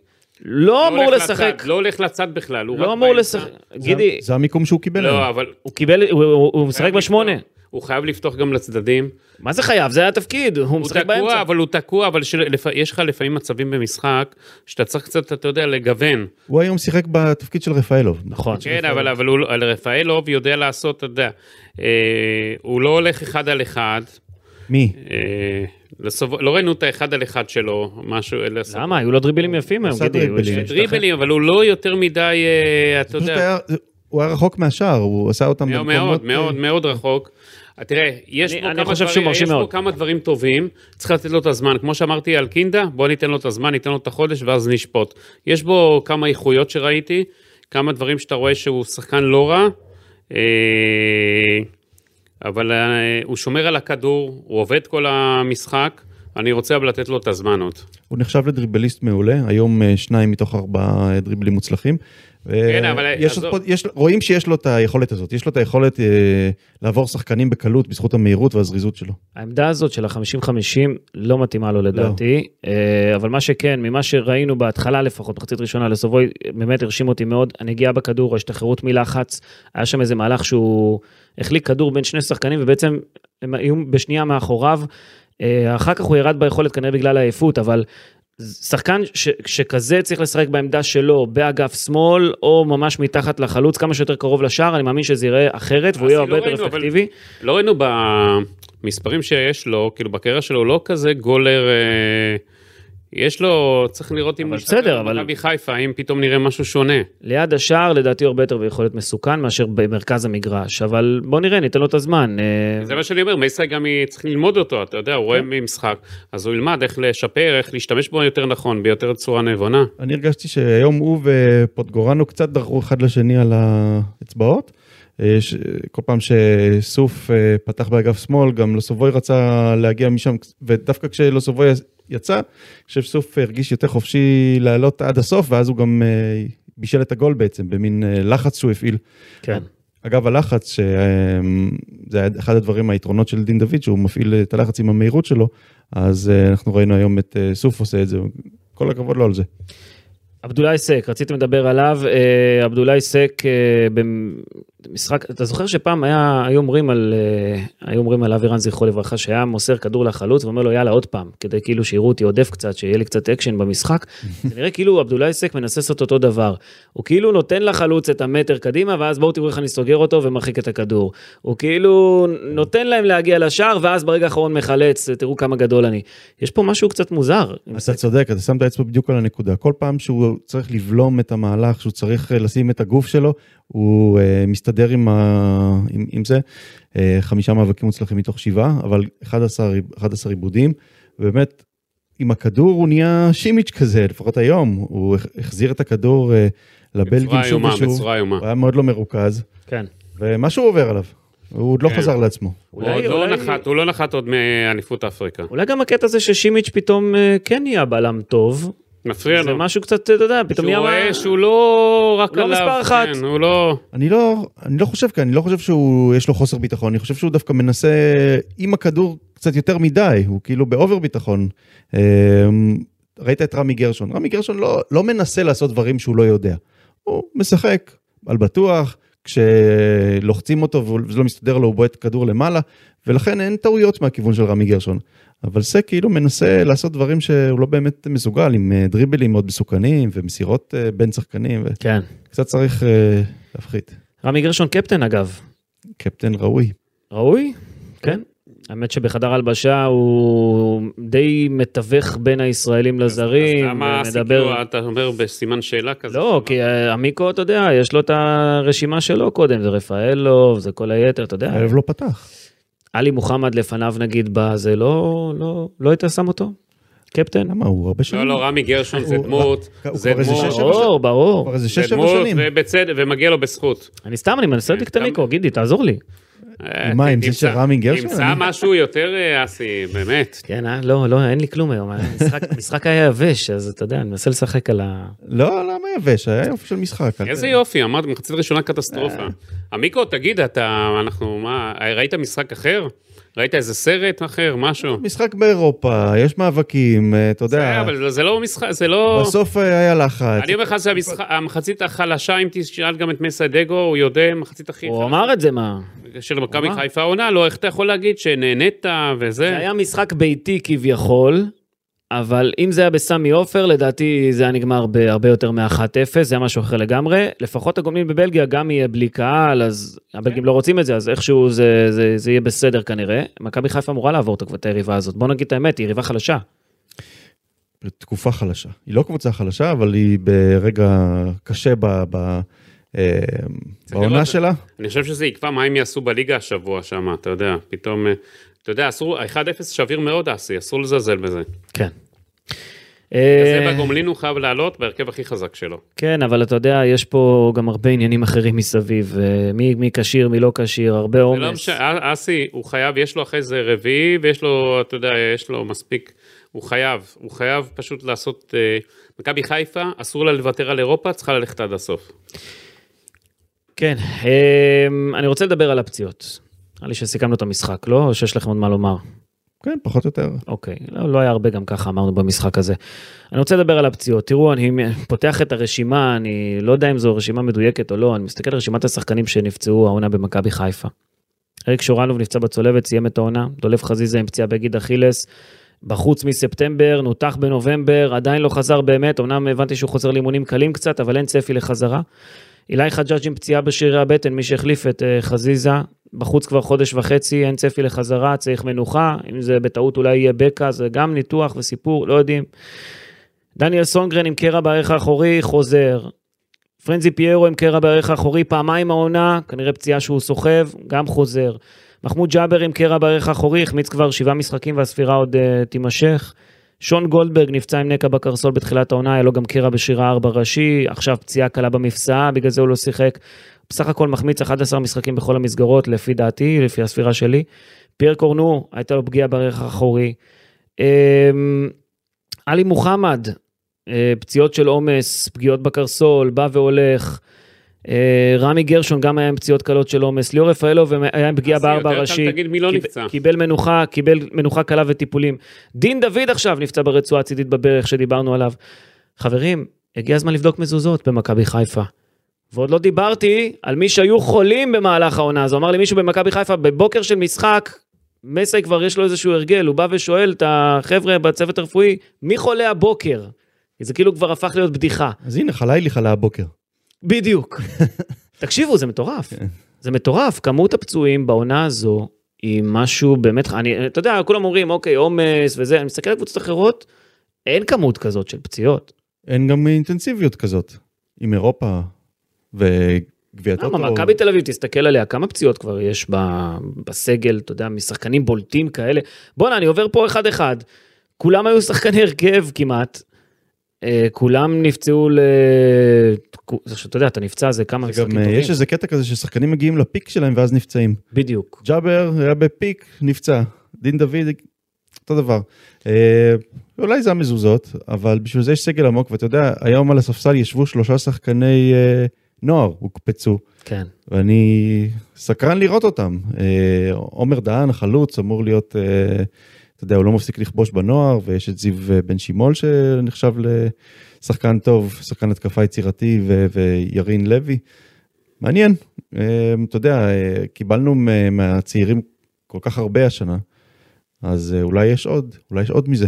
[SPEAKER 2] לא
[SPEAKER 4] לא
[SPEAKER 2] אמור
[SPEAKER 4] הולך
[SPEAKER 2] לשחק,
[SPEAKER 4] לצד, לא הולך לצד בכלל, הוא רק
[SPEAKER 2] לא אמור
[SPEAKER 4] באמצע.
[SPEAKER 2] לשחק,
[SPEAKER 3] זה-
[SPEAKER 2] גידי,
[SPEAKER 3] זה המיקום שהוא קיבל.
[SPEAKER 4] לא, אבל...
[SPEAKER 2] הוא קיבל, הוא- הוא הוא משחק
[SPEAKER 4] חייב
[SPEAKER 2] בשמונה.
[SPEAKER 4] לפתוח- הוא חייב לפתוח גם לצדדים.
[SPEAKER 2] מה זה חייב? זה היה התפקיד, הוא
[SPEAKER 4] הוא
[SPEAKER 2] משחק
[SPEAKER 4] תקוע,
[SPEAKER 2] באמצע.
[SPEAKER 4] אבל הוא תקוע, אבל של- לפ- יש לך לפעמים מצבים במשחק, שאתה צריך קצת, אתה יודע, לגוון.
[SPEAKER 3] הוא היום שיחק בתפקיד של רפאלוב.
[SPEAKER 2] נכון.
[SPEAKER 4] כן, אבל, אבל הוא, אבל רפאלוב יודע לעשות, אתה יודע, אה, הוא לא הולך אחד על אחד.
[SPEAKER 3] מי?
[SPEAKER 4] אה, לסוב... לא ראינו את האחד על אחד שלו, משהו... לסוב...
[SPEAKER 2] למה? היו לו דריבלים יפים היום,
[SPEAKER 3] עשה
[SPEAKER 2] גידי. הוא
[SPEAKER 3] דריבלים.
[SPEAKER 2] השתחרר.
[SPEAKER 4] דריבלים, אבל הוא לא יותר מדי, אה, אתה
[SPEAKER 3] פשוט
[SPEAKER 4] יודע...
[SPEAKER 3] היה- הוא היה רחוק מהשער, הוא עשה אותם
[SPEAKER 4] מאוד
[SPEAKER 3] במקומות... אה,
[SPEAKER 4] מאוד מאוד מאוד רחוק. אה, תראה, יש
[SPEAKER 2] אני-
[SPEAKER 4] פה
[SPEAKER 2] אני
[SPEAKER 4] כמה
[SPEAKER 2] חושב שהוא
[SPEAKER 4] דברים-
[SPEAKER 2] מרשים
[SPEAKER 4] יש פה
[SPEAKER 2] מאוד.
[SPEAKER 4] כמה דברים טובים, צריך לתת לו את הזמן. כמו שאמרתי על קינדה, בוא ניתן לו את הזמן, ניתן לו את החודש ואז נשפוט. יש בו כמה איכויות שראיתי, כמה דברים שאתה רואה שהוא שחקן לא רע, אה, אבל אה, הוא שומר על הכדור, הוא עובד כל המשחק, אני רוצה אבל לתת לו את הזמן עוד.
[SPEAKER 3] הוא נחשב לדריבליסט מעולה, היום אה, שניים מתוך ארבעה אה, דריבלים מוצלחים. כן,
[SPEAKER 4] אבל, אה, עזוב.
[SPEAKER 3] רואים שיש לו את היכולת הזאת, יש לו את היכולת אה, לעבור שחקנים בקלות בזכות המהירות והזריזות שלו.
[SPEAKER 2] העמדה הזאת של ה-50-50 לא מתאימה לו לדעתי,
[SPEAKER 4] לא.
[SPEAKER 2] אה, אבל מה שכן, ממה שראינו בהתחלה לפחות, מחצית ראשונה לסובוי, באמת הרשים אותי מאוד, הנגיעה בכדור, ההשתחררות מלחץ, היה שם איזה מהלך שהוא החליק כדור בין שני שחקנים ובעצם הם היו בשנייה מאחוריו, אה, אחר כך הוא ירד ביכולת כנראה בגלל העייפות, אבל שחקן ש, שכזה צריך לשחק בעמדה שלו, באגף שמאל, או ממש מתחת לחלוץ, כמה שיותר קרוב לשער, אני מאמין שזה ייראה אחרת והוא יהיה
[SPEAKER 4] לא
[SPEAKER 2] הרבה יותר
[SPEAKER 4] ראינו, אבל-
[SPEAKER 2] אפקטיבי.
[SPEAKER 4] לא ראינו במספרים שיש לו, כאילו בקריירה שלו, הוא לא כזה גולר, אה, יש לו, צריך לראות אם
[SPEAKER 2] אבל
[SPEAKER 4] הוא ישתחרר
[SPEAKER 2] בסדר, אבל-
[SPEAKER 4] במכבי חיפה, אם פתאום נראה משהו שונה.
[SPEAKER 2] ליד השער לדעתי הוא הרבה יותר ביכולת מסוכן מאשר במרכז המגרש, אבל בוא נראה, ניתן לו את הזמן. אה,
[SPEAKER 4] זה מה שאני אומר, מייסה גם היא- צריך ללמוד אותו, אתה יודע, הוא רואה
[SPEAKER 2] כן.
[SPEAKER 4] משחק, אז הוא ילמד איך לשפר, איך להשתמש בו יותר נכון, ביותר צורה נבונה.
[SPEAKER 3] אני הרגשתי שהיום הוא ופוטגורנו קצת דרכו אחד לשני על האצבעות. אה, ש- כל פעם שסוף אה, פתח באגף שמאל, גם לוסובוי רצה להגיע משם, ודווקא כשלוסובוי יצא, אני חושב שסוף הרגיש יותר חופשי לעלות עד הסוף, ואז הוא גם אה, בישל את הגול בעצם, במין אה, לחץ שהוא הפעיל.
[SPEAKER 2] כן.
[SPEAKER 3] אגב, הלחץ, שזה היה אחד הדברים, היתרונות של דין דוד, שהוא מפעיל אה, את הלחץ עם המהירות שלו, אז אה, אנחנו ראינו היום את אה, סוף עושה את זה, כל הכבוד לו על זה.
[SPEAKER 2] עבדולאי סק, רציתם לדבר עליו, אה, עבדולאי סק אה, במשחק, אתה זוכר שפעם היה, היו אומרים על, אה, היו אומרים על אבירן זכרו לברכה, שהיה מוסר כדור לחלוץ ואומר לו יאללה עוד פעם, כדי כאילו שיראו אותי עודף קצת, שיהיה לי קצת אקשן במשחק, זה נראה כאילו עבדולאי סק מנסה לעשות אותו דבר. הוא כאילו נותן לחלוץ את המטר קדימה, ואז בואו תראו איך אני סוגר אותו ומרחיק את הכדור. הוא כאילו נותן להם להגיע לשער, ואז ברגע האחרון מחלץ, תראו כמה גדול אני. יש פה משהו קצת מוזר. עם
[SPEAKER 3] אתה צודק, אתה שם את האצבע בדיוק על הנקודה. כל פעם שהוא צריך לבלום את המהלך, שהוא צריך אה, לשים את הגוף שלו, הוא אה, מסתדר עם, ה... עם, עם זה. אה, חמישה מאבקים מוצלחים מתוך שבעה, אבל 11, עיב- 11 עיבודים. באמת, עם הכדור הוא נהיה שימיץ' כזה, לפחות היום. הוא הח- החזיר את הכדור אה, לבלגים
[SPEAKER 4] בצורה
[SPEAKER 3] שוב
[SPEAKER 4] איומה,
[SPEAKER 3] ושוב.
[SPEAKER 4] בצורה איומה.
[SPEAKER 3] הוא היה מאוד לא מרוכז,
[SPEAKER 2] כן.
[SPEAKER 3] ומשהו עובר עליו. הוא עוד לא
[SPEAKER 4] כן.
[SPEAKER 3] חזר לעצמו.
[SPEAKER 4] הוא עוד לא נחת, הוא לא נחת עוד מאליפות אפריקה.
[SPEAKER 2] אולי גם הקטע הזה ששימיץ' פתאום אה, כן נהיה בלם טוב,
[SPEAKER 4] מפריע
[SPEAKER 2] זה
[SPEAKER 4] לו.
[SPEAKER 2] משהו קצת, אתה יודע, פתאום
[SPEAKER 4] כן, שהוא
[SPEAKER 2] נהיה...
[SPEAKER 4] רואה
[SPEAKER 2] מה-
[SPEAKER 4] שהוא לא רק
[SPEAKER 2] הוא לא
[SPEAKER 4] עליו.
[SPEAKER 2] מספר אחת.
[SPEAKER 4] כן, הוא לא...
[SPEAKER 3] אני לא, אני לא חושב כאן, אני לא חושב שהוא, יש לו חוסר ביטחון, אני חושב שהוא דווקא מנסה עם הכדור קצת יותר מדי, הוא כאילו באובר ביטחון. אה, ראית את רמי גרשון, רמי גרשון לא, לא מנסה לעשות דברים שהוא לא יודע. הוא משחק על בטוח, כשלוחצים אותו וזה לא מסתדר לו, הוא בועט כדור למעלה, ולכן אין טעויות מהכיוון של רמי גרשון. אבל זה כאילו מנסה לעשות דברים שהוא לא באמת מסוגל, עם אה, דריבלים מאוד מסוכנים ומסירות אה, בין שחקנים,
[SPEAKER 2] כן.
[SPEAKER 3] וקצת צריך אה, להפחית.
[SPEAKER 2] רמי גרשון קפטן אגב,
[SPEAKER 3] קפטן ראוי.
[SPEAKER 2] ראוי? כן. האמת שבחדר הלבשה הוא די מתווך בין הישראלים לזרים,
[SPEAKER 4] למה
[SPEAKER 2] מדבר...
[SPEAKER 4] הסיפור, אתה אומר בסימן שאלה כזה?
[SPEAKER 2] לא, כי אה, עמיקו, אתה יודע, יש לו את הרשימה שלו קודם, זה רפאלוב, זה כל היתר, אתה יודע.
[SPEAKER 3] הערב לא פתח.
[SPEAKER 2] עלי מוחמד לפניו נגיד בא, זה לא, לא, לא היית שם אותו? קפטן?
[SPEAKER 3] למה הוא הרבה
[SPEAKER 4] לא,
[SPEAKER 3] שנים?
[SPEAKER 4] לא, רמי גרשון זה
[SPEAKER 3] הוא-
[SPEAKER 4] דמות,
[SPEAKER 3] הוא
[SPEAKER 4] זה
[SPEAKER 3] כבר איזה שש, שבע
[SPEAKER 4] דמות,
[SPEAKER 2] ברור, ברור.
[SPEAKER 3] כבר איזה
[SPEAKER 4] זה
[SPEAKER 3] שש שבע
[SPEAKER 4] דמות,
[SPEAKER 3] שנים.
[SPEAKER 4] ובצד- ומגיע לו בזכות.
[SPEAKER 2] אני סתם, אני מנסה להדליק את
[SPEAKER 4] כן, גם-
[SPEAKER 2] המיקרו, גידי, תעזור לי.
[SPEAKER 4] אה,
[SPEAKER 3] מה, עם
[SPEAKER 4] תמצא-
[SPEAKER 3] זה של רמי גרשון?
[SPEAKER 4] תמצא
[SPEAKER 3] אני-
[SPEAKER 4] משהו יותר, אה, אסי, באמת.
[SPEAKER 2] כן, אה? לא, לא, אין לי כלום היום. המשחק- המשחק היה יבש, אז אתה יודע, אני מנסה לשחק על ה...
[SPEAKER 3] לא, למה יבש? היה יופי של משחק.
[SPEAKER 4] איזה יופי, אמרת מחצית ראשונה קטסטרופה.
[SPEAKER 3] אה.
[SPEAKER 4] עמיקו, תגיד, אתה, אנחנו, מה, ראית משחק אחר? ראית איזה סרט אחר, משהו?
[SPEAKER 3] משחק באירופה, יש מאבקים, אה, אתה
[SPEAKER 4] אה,
[SPEAKER 3] יודע,
[SPEAKER 4] אבל זה לא משחק, זה לא...
[SPEAKER 3] בסוף אה, היה לחץ.
[SPEAKER 4] אני אומר לך, זה המשחק- המחצית החלשה, אם תשאל גם את מסיידגו, הוא יודע, המחצית הכי
[SPEAKER 2] הוא אמר את זה, מה?
[SPEAKER 4] חלשה של מכבי
[SPEAKER 2] אמר.
[SPEAKER 4] חיפה עונה, לא, איך אתה יכול להגיד שנהנית
[SPEAKER 2] זה
[SPEAKER 4] וזה?
[SPEAKER 2] היה משחק ביתי כביכול, אבל אם זה היה בסמי עופר, לדעתי זה היה נגמר בהרבה יותר מ-1-0, זה היה משהו אחר לגמרי. לפחות הגומלין בבלגיה גם יהיה בלי קהל, אז הבלגים לא רוצים את זה, אז איכשהו זה, זה, זה יהיה בסדר כנראה. מכבי חיפה אמורה לעבור את- את היריבה הזאת. בוא נגיד את האמת, היא יריבה חלשה.
[SPEAKER 3] תקופה חלשה. היא לא קבוצה חלשה, אבל היא ברגע קשה ב... ב... אה, בעונה
[SPEAKER 4] לראות.
[SPEAKER 3] שלה.
[SPEAKER 4] אני חושב שזה יקבע מה הם יעשו בליגה השבוע שם, אתה יודע, פתאום... אה, אתה יודע, אסור, ה-1-0 שביר מאוד אסי, אסור לזלזל בזה.
[SPEAKER 2] כן. אה,
[SPEAKER 4] זה בגומלין הוא חייב לעלות בהרכב הכי חזק שלו.
[SPEAKER 2] כן, אבל אתה יודע, יש פה גם הרבה עניינים אחרים מסביב. אה, מי מי כשיר, מי לא כשיר, הרבה
[SPEAKER 4] זה לא
[SPEAKER 2] עומס.
[SPEAKER 4] משנה, א- אסי, הוא חייב, יש לו אחרי זה רביעי, ויש לו, אתה יודע, יש לו מספיק, הוא חייב, הוא חייב פשוט לעשות, אה, מכבי חיפה, אסור לה לוותר על אירופה, צריכה ללכת עד הסוף.
[SPEAKER 2] כן, אמ, אני רוצה לדבר על הפציעות. נראה לי שסיכמנו את המשחק, לא? או שיש לכם עוד מה לומר?
[SPEAKER 3] כן, פחות או יותר.
[SPEAKER 2] אוקיי, לא, לא היה הרבה גם ככה אמרנו במשחק הזה. אני רוצה לדבר על הפציעות. תראו, אני פותח את הרשימה, אני לא יודע אם זו רשימה מדויקת או לא, אני מסתכל על רשימת השחקנים שנפצעו העונה במכבי חיפה. אריק שורנוב נפצע בצולבת, סיים את העונה, דולב חזיזה עם פציעה בגיד אכילס, בחוץ מספטמבר, נותח בנובמבר, עדיין לא חזר באמת, אמנם הבנתי שהוא חוזר לאימונים קלים קצת, אבל אין צפי לחזרה. אילי חג'אג' עם פציעה בשרירי הבטן, מי שהחליף את אה, חזיזה, בחוץ כבר חודש וחצי, אין צפי לחזרה, צריך מנוחה, אם זה בטעות אולי יהיה בקע, זה גם ניתוח וסיפור, לא יודעים. דניאל סונגרן עם קרע בערך האחורי, חוזר. פרנזי פיירו עם קרע בערך האחורי, פעמיים העונה, כנראה פציעה שהוא סוחב, גם חוזר. מחמוד ג'אבר עם קרע בערך האחורי, החמיץ כבר שבעה משחקים והספירה עוד uh, תימשך. שון גולדברג נפצע עם נקע בקרסול בתחילת העונה, היה לו גם קרע בשיר הארבע ראשי, עכשיו פציעה קלה במפסעה, בגלל זה הוא לא שיחק. בסך הכל מחמיץ 11 משחקים בכל המסגרות, לפי דעתי, לפי הספירה שלי. פייר קורנו, הייתה לו פגיעה בערך האחורי. אמ, עלי מוחמד, אה, פציעות של עומס, פגיעות בקרסול, בא והולך. אה, רמי גרשון גם היה עם פציעות קלות של עומס. ליאור רפאלוב היה עם פגיעה
[SPEAKER 4] אסי, יותר
[SPEAKER 2] בארבע
[SPEAKER 4] קל
[SPEAKER 2] ראשי.
[SPEAKER 4] תגיד מי לא
[SPEAKER 2] קיב-
[SPEAKER 4] נפצע.
[SPEAKER 2] קיבל מנוחה, קיבל מנוחה קלה וטיפולים. דין דוד עכשיו נפצע ברצועה הצידית בברך שדיברנו עליו. חברים, הגיע הזמן לבדוק מזוזות במכבי חיפה. ועוד לא דיברתי על מי שהיו חולים במהלך העונה הזו. אמר לי מישהו במכבי חיפה, בבוקר של משחק, מסי כבר יש לו איזשהו הרגל, הוא בא ושואל את החבר'ה בצוות הרפואי, מי חולה הבוקר? כי זה כאילו כבר הפך להיות בדיחה.
[SPEAKER 3] אז הנה, חלילי חלה הבוקר.
[SPEAKER 2] בדיוק. תקשיבו, זה מטורף.
[SPEAKER 3] כן.
[SPEAKER 2] זה מטורף, כמות הפצועים בעונה הזו היא משהו באמת, אני, אתה יודע, כולם אומרים, אוקיי, עומס וזה, אני מסתכל על קבוצות אחרות, אין כמות כזאת של פציעות.
[SPEAKER 3] אין גם אינטנסיביות כזאת. עם אירופה וגביעת
[SPEAKER 2] למה,
[SPEAKER 3] אוטו.
[SPEAKER 2] מכבי תל אביב, תסתכל עליה, כמה פציעות כבר יש ב- בסגל, אתה יודע, משחקנים בולטים כאלה. בואנה, אני עובר פה אחד-אחד, כולם היו שחקני הרכב כמעט. אה, כולם נפצעו ל... עכשיו, אתה יודע, אתה נפצע זה כמה
[SPEAKER 3] גם
[SPEAKER 2] משחקים
[SPEAKER 3] אה,
[SPEAKER 2] טובים.
[SPEAKER 3] יש איזה קטע כזה ששחקנים מגיעים לפיק שלהם ואז נפצעים.
[SPEAKER 2] בדיוק.
[SPEAKER 3] ג'אבר היה בפיק, נפצע. דין דוד, אותו דבר. אה, אולי זה המזוזות, אבל בשביל זה יש סגל עמוק, ואתה יודע, היום על הספסל ישבו שלושה שחקני אה, נוער הוקפצו.
[SPEAKER 2] כן.
[SPEAKER 3] ואני סקרן לראות אותם. אה, עומר דהן, החלוץ, אמור להיות, אה, אתה יודע, הוא לא מפסיק לכבוש בנוער, ויש את זיו אה, בן שימול שנחשב לשחקן טוב, שחקן התקפה יצירתי, ו- וירין לוי. מעניין, אה, אתה יודע, אה, קיבלנו מ- מהצעירים כל כך הרבה השנה, אז אה, אולי יש עוד, אולי יש עוד מזה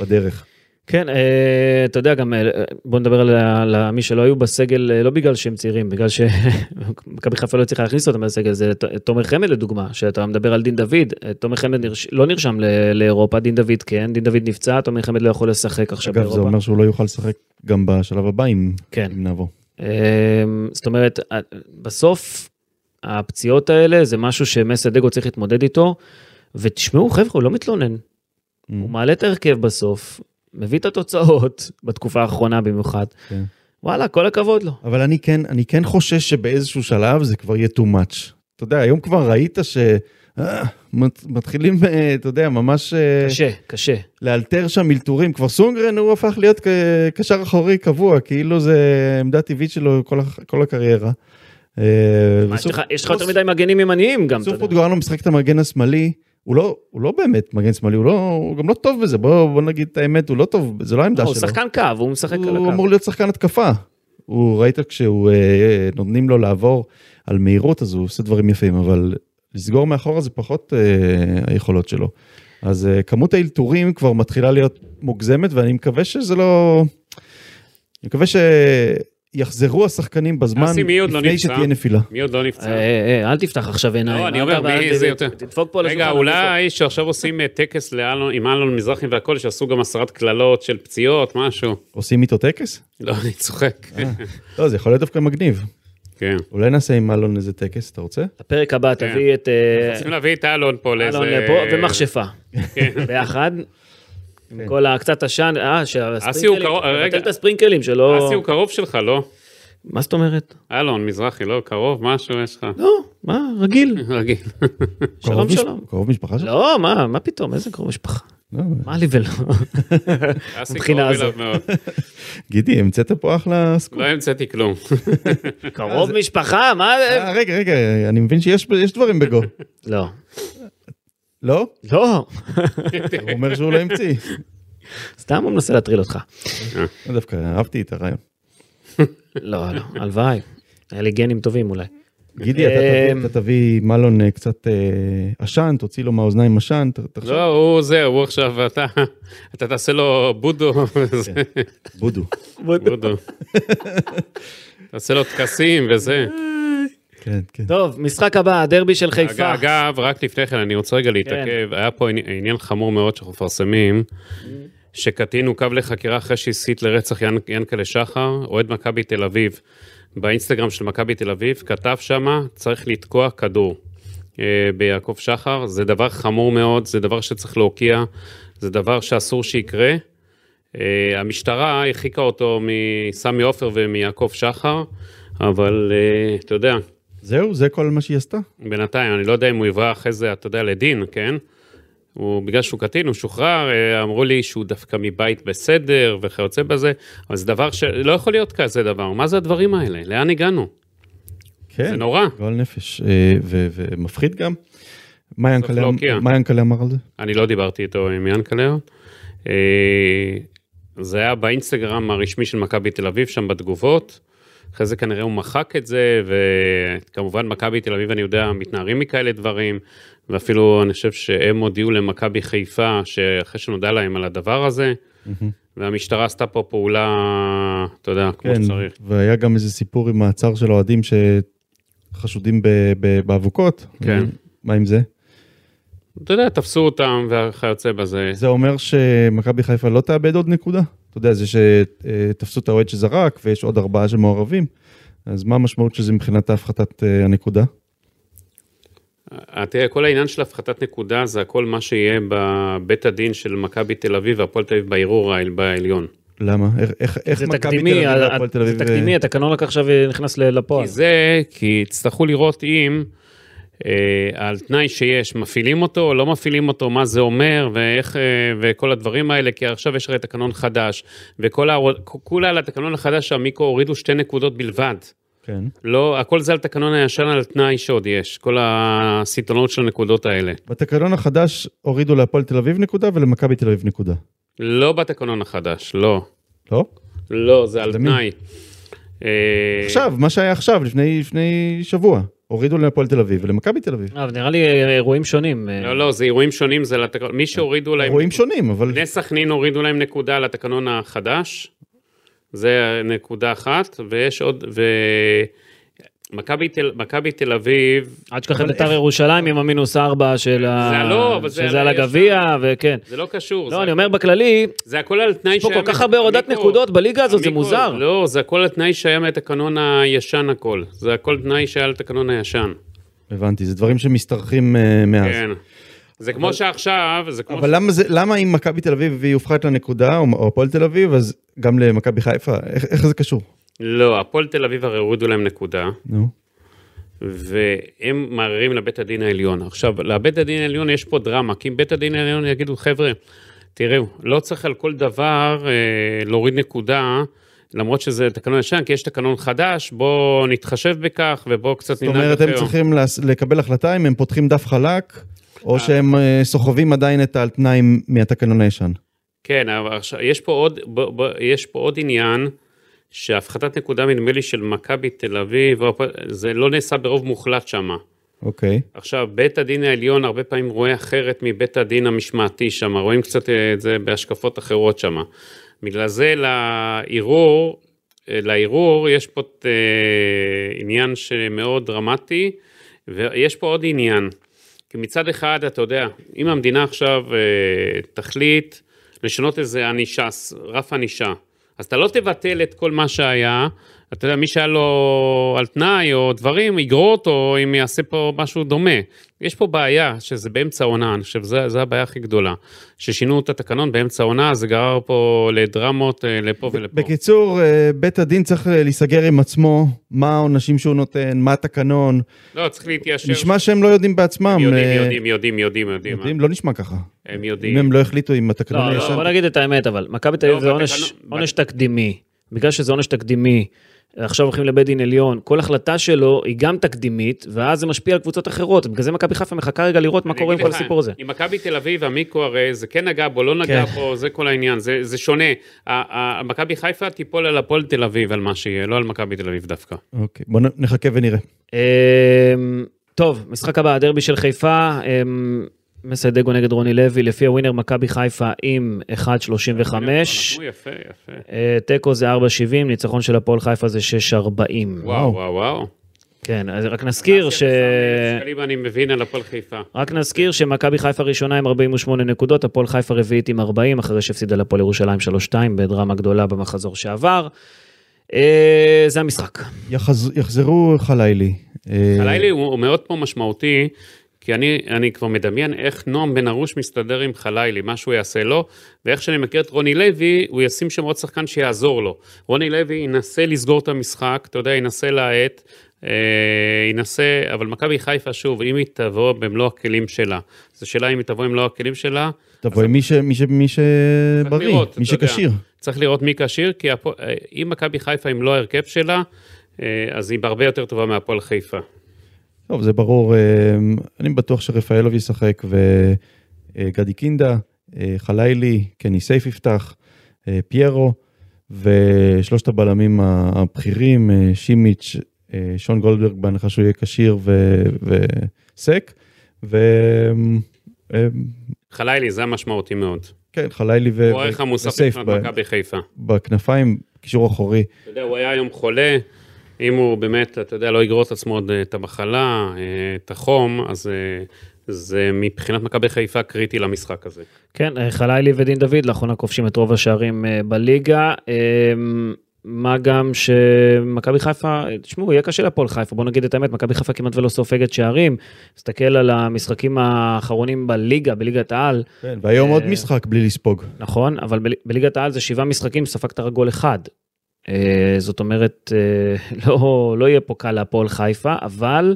[SPEAKER 3] בדרך.
[SPEAKER 2] כן, אה, אתה יודע גם, אה, בוא נדבר על ה- על ה- מי שלא היו בסגל, אה, לא בגלל שהם צעירים, בגלל שמכבי חיפה לא הצליחה להכניס אותם לסגל, זה ת- תומר חמד לדוגמה, שאתה מדבר על דין דוד, אה, תומר חמד נרש- לא נרשם ל- לאירופה, דין דוד כן, דין דוד נפצע, תומר חמד לא יכול לשחק עכשיו
[SPEAKER 3] אגב, זה
[SPEAKER 2] באירופה.
[SPEAKER 3] אומר שהוא לא יוכל לשחק גם בשלב הבא אם
[SPEAKER 2] כן.
[SPEAKER 3] אם נעבור.
[SPEAKER 2] אה, זאת אומרת, אה, בסוף הפציעות האלה זה משהו שמסדגו צריך להתמודד איתו, ותשמעו חבר'ה, הוא לא מתלונן,
[SPEAKER 3] Mm.
[SPEAKER 2] הוא מעלה את ההרכב בסוף, מביא את התוצאות, בתקופה האחרונה במיוחד.
[SPEAKER 3] כן.
[SPEAKER 2] וואלה, כל הכבוד לו.
[SPEAKER 3] אבל אני כן, אני כן חושש שבאיזשהו שלב זה כבר יהיה too much. אתה יודע, היום כבר ראית ש... אה, מת- מתחילים, אה, אתה יודע, ממש אה,
[SPEAKER 2] קשה, קשה.
[SPEAKER 3] לאלתר שם אלתורים. כבר סונגרן הוא הפך להיות כ- קשר אחורי קבוע, כאילו זה עמדה טבעית שלו כל הח- כל הקריירה. אה,
[SPEAKER 2] מה, יש
[SPEAKER 3] וסופ-
[SPEAKER 2] לך- יש לך יותר מדי מגנים ימניים גם, אתה
[SPEAKER 3] סופו
[SPEAKER 2] יודע.
[SPEAKER 3] דגואנו משחק את המגן השמאלי, הוא לא, הוא לא באמת מגן שמאלי, הוא, לא, הוא גם לא טוב בזה, בוא, בוא נגיד את האמת, הוא לא טוב, זה לא העמדה
[SPEAKER 2] לא,
[SPEAKER 3] שלו.
[SPEAKER 2] הוא שחקן קו, הוא משחק על
[SPEAKER 3] הוא
[SPEAKER 2] הקו.
[SPEAKER 3] אמור להיות שחקן התקפה. הוא ראית כשהוא אה, נותנים לו לעבור על מהירות אז הוא עושה דברים יפים אבל לסגור מאחורה זה פחות אה, היכולות שלו. אז אה, כמות האלתורים כבר מתחילה להיות מוגזמת ואני מקווה שזה לא... אני מקווה שיחזרו השחקנים בזמן
[SPEAKER 4] אסי, מי עוד לא
[SPEAKER 3] לפני
[SPEAKER 4] נפצע?
[SPEAKER 3] שתהיה נפילה.
[SPEAKER 4] מי עוד לא
[SPEAKER 2] אה,
[SPEAKER 4] נפצע?
[SPEAKER 2] אה, אה, אל תפתח עכשיו עיניים.
[SPEAKER 4] לא, אני
[SPEAKER 2] אל
[SPEAKER 4] אומר,
[SPEAKER 2] תבוא,
[SPEAKER 4] מי-
[SPEAKER 2] אל-
[SPEAKER 4] זה יותר.
[SPEAKER 2] תדפוק פה על
[SPEAKER 4] רגע,
[SPEAKER 2] השולחן, אל
[SPEAKER 4] אולי שעכשיו עושים אה, טקס לאלון- עם אלון מזרחי והכל, שעשו גם הסרת קללות של פציעות, משהו.
[SPEAKER 3] עושים איתו טקס?
[SPEAKER 4] לא, אני צוחק.
[SPEAKER 2] אה.
[SPEAKER 3] לא זה יכול להיות דווקא מגניב.
[SPEAKER 4] כן.
[SPEAKER 3] אולי נעשה עם אלון איזה טקס אתה רוצה?
[SPEAKER 2] תדפוק. לפרק הבא תביא את אה,
[SPEAKER 4] צריכים להביא את אלון פה לאיזה...
[SPEAKER 2] אלון לפה ומכשפה.
[SPEAKER 4] כן.
[SPEAKER 2] ביחד.
[SPEAKER 3] כן.
[SPEAKER 2] עם כל ה- קצת עשן, אה,
[SPEAKER 4] אסי הוא
[SPEAKER 2] שהספרינקלים,
[SPEAKER 4] קרוב-
[SPEAKER 2] תבטל
[SPEAKER 4] רגע.
[SPEAKER 2] את הספרינקלים שלא...
[SPEAKER 4] אסי הוא קרוב שלך, לא?
[SPEAKER 2] מה זאת אומרת?
[SPEAKER 4] אלון מזרחי, לא? קרוב, משהו יש לך?
[SPEAKER 2] לא, מה, רגיל,
[SPEAKER 4] רגיל.
[SPEAKER 2] שלום
[SPEAKER 3] קרוב מש-
[SPEAKER 2] שלום.
[SPEAKER 3] קרוב משפחה שלך?
[SPEAKER 2] לא, מה, מה פתאום, איזה קרוב משפחה.
[SPEAKER 3] לא.
[SPEAKER 2] מה לי ולא?
[SPEAKER 4] אסי
[SPEAKER 2] מבחינה
[SPEAKER 4] קרוב
[SPEAKER 2] הזאת.
[SPEAKER 4] אליו מאוד.
[SPEAKER 3] גידי המצאת פה אחלה סקופ.
[SPEAKER 4] לא המצאתי כלום.
[SPEAKER 2] קרוב משפחה, מה...
[SPEAKER 3] אה, רגע רגע אני מבין שיש יש דברים בגו.
[SPEAKER 2] לא.
[SPEAKER 3] לא?
[SPEAKER 2] לא,
[SPEAKER 3] הוא אומר שהוא לא המציא.
[SPEAKER 2] סתם הוא מנסה להטריל אותך.
[SPEAKER 3] לא, דווקא אהבתי את הרעיון.
[SPEAKER 2] לא, לא, הלוואי. היה לי גנים טובים אולי.
[SPEAKER 3] גידי, אתה תביא-
[SPEAKER 2] אמ,
[SPEAKER 3] אתה תביא מלון אה, קצת אה, עשן, תוציא לו מהאוזניים עשן, ת- תחשוב.
[SPEAKER 4] לא, הוא זה, הוא עכשיו, אתה אתה תעשה לו בודו. וזה,
[SPEAKER 3] בודו.
[SPEAKER 4] בודו. תעשה לו טקסים וזה.
[SPEAKER 3] כן, כן.
[SPEAKER 2] טוב, משחק הבא, הדרבי של
[SPEAKER 4] אג-
[SPEAKER 2] חיפה.
[SPEAKER 4] אגב, רק לפני כן, אני רוצה רגע להתעכב, היה פה עני- עניין חמור מאוד שאנחנו מפרסמים, שקטין עוכב לחקירה אחרי שהסית לרצח ינ- ינקלה שחר, אוהד מכבי תל אביב, באינסטגרם של מכבי תל אביב, כתב שמה, צריך לתקוע כדור אה, ביעקב שחר, זה דבר חמור מאוד, זה דבר שצריך להוקיע, זה דבר שאסור שיקרה. אה, המשטרה הרחיקה אותו מסמי עופר ומיעקב שחר, אבל אה, אתה יודע,
[SPEAKER 3] זהו, זה כל מה שהיא עשתה?
[SPEAKER 4] בינתיים, אני לא יודע אם הוא יברא אחרי זה, אתה יודע, לדין, כן? הוא, בגלל שהוא קטין, הוא שוחרר, אה, אמרו לי שהוא דווקא מבית בסדר וכיוצא בזה, אבל זה דבר שלא יכול להיות כזה דבר. מה זה הדברים האלה? לאן הגענו?
[SPEAKER 3] כן.
[SPEAKER 4] זה נורא.
[SPEAKER 3] גועל נפש, אה, ו- ומפחיד גם. מה ינקלה-
[SPEAKER 4] להוקיע.
[SPEAKER 3] מה ינקלה אמר על זה?
[SPEAKER 4] אני לא דיברתי איתו עם ינקלר. אה, זה היה באינסטגרם הרשמי של מכבי תל אביב, שם בתגובות. אחרי זה כנראה הוא מחק את זה, וכמובן מכבי תל אביב, אני יודע, מתנערים מכאלה דברים, ואפילו אני חושב שהם הודיעו למכבי חיפה, שאחרי שנודע להם על הדבר הזה, והמשטרה עשתה פה פעולה, אתה יודע, כמו
[SPEAKER 3] כן,
[SPEAKER 4] שצריך.
[SPEAKER 3] והיה גם איזה סיפור עם מעצר של אוהדים שחשודים ב- ב- באבוקות.
[SPEAKER 4] כן.
[SPEAKER 3] מה עם זה?
[SPEAKER 4] אתה יודע, תפסו אותם וכיוצא בזה.
[SPEAKER 3] זה אומר שמכבי חיפה לא תאבד עוד נקודה? אתה יודע, זה שתפסו את האוהד שזרק ויש עוד ארבעה שמעורבים, אז מה המשמעות של זה מבחינת ההפחתת אה, הנקודה?
[SPEAKER 4] אה, תראה, כל העניין של הפחתת נקודה זה הכל מה שיהיה בבית הדין של מכבי תל אביב והפועל תל אביב בערעור העל- בעליון.
[SPEAKER 3] למה? איך- איך- איך
[SPEAKER 2] זה
[SPEAKER 3] מכבי תל
[SPEAKER 2] תקדימי,
[SPEAKER 3] אביב
[SPEAKER 2] ה-
[SPEAKER 3] והפועל תל
[SPEAKER 2] זה
[SPEAKER 3] אביב... אה,
[SPEAKER 2] תקדימי, התקנון רק עכשיו אה, נכנס ל- לפועל.
[SPEAKER 4] אה? כי זה, כי יצטרכו לראות אם אה, על תנאי שיש, מפעילים אותו או לא מפעילים אותו, מה זה אומר ואיך, אה, וכל הדברים האלה, כי עכשיו יש הרי תקנון חדש, וכל ה... כולה על התקנון החדש המיקרו הורידו שתי נקודות בלבד.
[SPEAKER 3] כן.
[SPEAKER 4] לא, הכל זה על תקנון הישן על תנאי שעוד יש, כל הסיטונות של הנקודות האלה.
[SPEAKER 3] בתקנון החדש הורידו להפועל תל אביב נקודה ולמכבי תל אביב נקודה.
[SPEAKER 4] לא בתקנון החדש, לא.
[SPEAKER 3] לא?
[SPEAKER 4] לא, זה על
[SPEAKER 3] למי?
[SPEAKER 4] תנאי. אה,
[SPEAKER 3] עכשיו, מה שהיה עכשיו, לפני, לפני שבוע, הורידו להפועל תל אביב ולמכבי תל אביב.
[SPEAKER 2] אה, אבל נראה לי אה, אירועים שונים. אה,
[SPEAKER 4] לא, לא, זה אירועים שונים, זה לתקנון, מי שהורידו להם...
[SPEAKER 3] אירועים שונים, אבל
[SPEAKER 4] בני סכנין הורידו להם נקודה לתקנון החדש, זה נקודה אחת, ויש עוד, ו... מכבי תל, מכבי תל אביב,
[SPEAKER 2] עד שככה בית"ר ירושלים עם המינוס ארבע של ה...
[SPEAKER 4] זה לא, אבל זה
[SPEAKER 2] שזה על
[SPEAKER 4] על הישן.
[SPEAKER 2] הגביע, וכן.
[SPEAKER 4] זה לא קשור,
[SPEAKER 2] לא,
[SPEAKER 4] זה,
[SPEAKER 2] אני אומר בכללי,
[SPEAKER 4] זה הכל על תנאי
[SPEAKER 2] יש פה כל כך הרבה הורדת
[SPEAKER 4] המיקרו-
[SPEAKER 2] נקודות בליגה הזאת, זה
[SPEAKER 4] המיקרו-
[SPEAKER 2] מוזר.
[SPEAKER 4] לא, זה הכל על תנאי שהיה מהתקנון הישן הכל, זה הכל תנאי שהיה על התקנון הישן,
[SPEAKER 3] הבנתי, זה דברים שמשתרכים אה, מאז.
[SPEAKER 4] כן. זה כמו שעכשיו, זה כמו...
[SPEAKER 3] אבל למה, זה, למה אם מכבי תל אביב היא הופכת לנקודה, או או הפועל תל אביב, אז גם למכבי חיפה, איך, איך זה קשור?
[SPEAKER 4] לא, הפועל תל אביב הרי הורידו להם נקודה.
[SPEAKER 3] נו.
[SPEAKER 4] והם מערערים לבית הדין העליון. עכשיו, לבית הדין העליון יש פה דרמה, כי אם בית הדין העליון יגידו, חבר'ה, תראו, לא צריך על כל דבר אה, להוריד נקודה, למרות שזה תקנון ישן, כי יש תקנון חדש, בואו נתחשב בכך ובואו קצת
[SPEAKER 3] זאת
[SPEAKER 4] ננהג
[SPEAKER 3] אומרת, הם
[SPEAKER 4] אחר."
[SPEAKER 3] צריכים להס- לקבל החלטה אם הם פותחים דף חלק, או שהם אה, סוחבים עדיין את העל תנאי מהתקנון הישן.
[SPEAKER 4] כן, אבל עכשיו, יש פה עוד, ב, ב, יש פה עוד עניין, שהפחתת נקודה, נדמה לי, של מכבי תל אביב, או הפועל- זה לא נעשה ברוב מוחלט שמה.
[SPEAKER 3] אוקיי.
[SPEAKER 4] עכשיו, בית הדין העליון הרבה פעמים רואה אחרת מבית הדין המשמעתי שם, רואים קצת אה, את זה בהשקפות אחרות שם. בגלל זה לערעור, אה, לערעור יש פה אה, עניין שמאוד דרמטי, ויש פה עוד עניין. כי מצד אחד, אתה יודע, אם המדינה עכשיו אה, תחליט לשנות איזה ענישה, ס- רף ענישה, אז אתה לא תבטל את כל מה שהיה, אתה יודע, מי שהיה לו על תנאי או דברים, יגרור אותו אם יעשה פה משהו דומה. יש פה בעיה, שזה באמצע העונה, אני חושב, זה, זה הבעיה הכי גדולה. ששינו את התקנון באמצע העונה, זה גרר פה לדרמות, אה, לפה ולפה.
[SPEAKER 3] בקיצור, אה, בית הדין צריך אה, להיסגר עם עצמו, מה העונשים שהוא נותן, מה התקנון.
[SPEAKER 4] לא, צריך להתיישר.
[SPEAKER 3] נשמע שהם לא יודעים בעצמם.
[SPEAKER 4] הם
[SPEAKER 3] אה,
[SPEAKER 4] יודעים, יודעים, יודעים, יודעים, יודעים.
[SPEAKER 3] יודעים, לא נשמע ככה.
[SPEAKER 4] הם
[SPEAKER 3] אם
[SPEAKER 4] יודעים.
[SPEAKER 3] הם לא החליטו עם התקנון
[SPEAKER 2] לא, לא,
[SPEAKER 3] הישן.
[SPEAKER 2] בוא נגיד את האמת, אבל מכבי תל
[SPEAKER 4] לא,
[SPEAKER 2] אביב זה
[SPEAKER 4] בתקנון-
[SPEAKER 2] עונש-
[SPEAKER 4] בת-
[SPEAKER 2] עונש תקדימי. בגלל שזה עונש תקדימי, עכשיו הולכים לבית דין עליון, כל החלטה שלו היא גם תקדימית, ואז זה משפיע על קבוצות אחרות. בגלל זה מכבי חיפה מחכה רגע לראות מה
[SPEAKER 4] אני
[SPEAKER 2] קורה עם
[SPEAKER 4] אגיד
[SPEAKER 2] כל
[SPEAKER 4] לך,
[SPEAKER 2] הסיפור הזה.
[SPEAKER 4] עם מכבי תל אביב, המיקרו הרי, זה כן נגע בו, לא נגע
[SPEAKER 2] כן.
[SPEAKER 4] בו, זה כל העניין, זה זה שונה. ה- ה- מכבי חיפה תיפול על הפועל תל אביב, על מה שיהיה, לא על מכבי תל אביב דווקא.
[SPEAKER 3] אוקיי, בוא נ- נחכה ונראה.
[SPEAKER 2] אמ, טוב, משחק הבא, הדרבי של חיפה, אמ, מסיידגו נגד רוני לוי, לפי הווינר מכבי חיפה עם 1.35,
[SPEAKER 4] אנחנו יפה, יפה.
[SPEAKER 2] אה, תיקו זה 4.70, ניצחון של הפועל חיפה זה 6.40.
[SPEAKER 4] וואו, וואו, וואו.
[SPEAKER 2] כן, אז רק נזכיר ש...
[SPEAKER 4] שקלים אני מבין על הפועל חיפה.
[SPEAKER 2] רק נזכיר שמכבי חיפה ראשונה עם 48 נקודות, הפועל חיפה רביעית עם 40, אחרי שהפסידה לפועל ירושלים 3-2 בדרמה גדולה במחזור שעבר. אה, זה המשחק.
[SPEAKER 3] יחז- יחזרו חלילי. אה,
[SPEAKER 4] חלילי הוא הוא מאוד פה משמעותי, כי אני, אני כבר מדמיין איך נועם בן ארוש מסתדר עם חלילי, מה שהוא יעשה לו, ואיך שאני מכיר את רוני לוי, הוא ישים שם עוד שחקן שיעזור לו. רוני לוי ינסה לסגור את המשחק, אתה יודע, ינסה להאט, אה, ינסה, אבל מכבי חיפה, שוב, אם היא תבוא במלוא הכלים שלה, זו שאלה אם היא תבוא במלוא הכלים שלה,
[SPEAKER 3] תבוא עם מי ש- מי ש- מי
[SPEAKER 4] צריך
[SPEAKER 3] שבריא,
[SPEAKER 4] לראות, אתה
[SPEAKER 3] מי
[SPEAKER 4] יודע.
[SPEAKER 3] שכשיר.
[SPEAKER 4] צריך לראות מי כשיר, כי הפוע- אה, אם מכבי חיפה, אם לא ההרכב שלה, אה, אז היא בהרבה יותר טובה מהפועל חיפה.
[SPEAKER 3] טוב, זה ברור. אה, אני בטוח שרפאלוב ישחק וגדי קינדה, אה, חלילי, קני סייף יפתח, אה, פיירו, ושלושת הבלמים ה- הבכירים, אה, שימיץ', אה, שון גולדברג, בהנחה שהוא יהיה כשיר ו- וסק, ו... אה,
[SPEAKER 4] חלילי, זה המשמעותי מאוד.
[SPEAKER 3] כן, חלילי ו-
[SPEAKER 4] הוא הערך המוסף
[SPEAKER 3] וסייף
[SPEAKER 4] מבחינת
[SPEAKER 3] ב-
[SPEAKER 4] מכבי חיפה.
[SPEAKER 3] בכנפיים, קישור אחורי.
[SPEAKER 4] אתה יודע, הוא היה היום חולה, אם הוא באמת, אתה יודע, לא יגרור את עצמו עוד אה, את המחלה, אה, את החום, אז אה, זה מבחינת מכבי חיפה קריטי למשחק הזה.
[SPEAKER 2] כן, אה, חלילי ודין דוד לאחרונה כובשים את רוב השערים אה, בליגה. אה, מה גם שמכבי חיפה, תשמעו, יהיה קשה להפועל חיפה, בואו נגיד את האמת, מכבי חיפה כמעט ולא סופגת שערים. תסתכל על המשחקים האחרונים בליגה, בליגת העל,
[SPEAKER 3] כן, והיום עוד
[SPEAKER 2] אה,
[SPEAKER 3] משחק בלי לספוג.
[SPEAKER 2] נכון, אבל בל- בליגת העל זה שבעה משחקים, ספגת רק גול אחד. אה, זאת אומרת, אה, לא, לא יהיה פה קל להפועל חיפה, אבל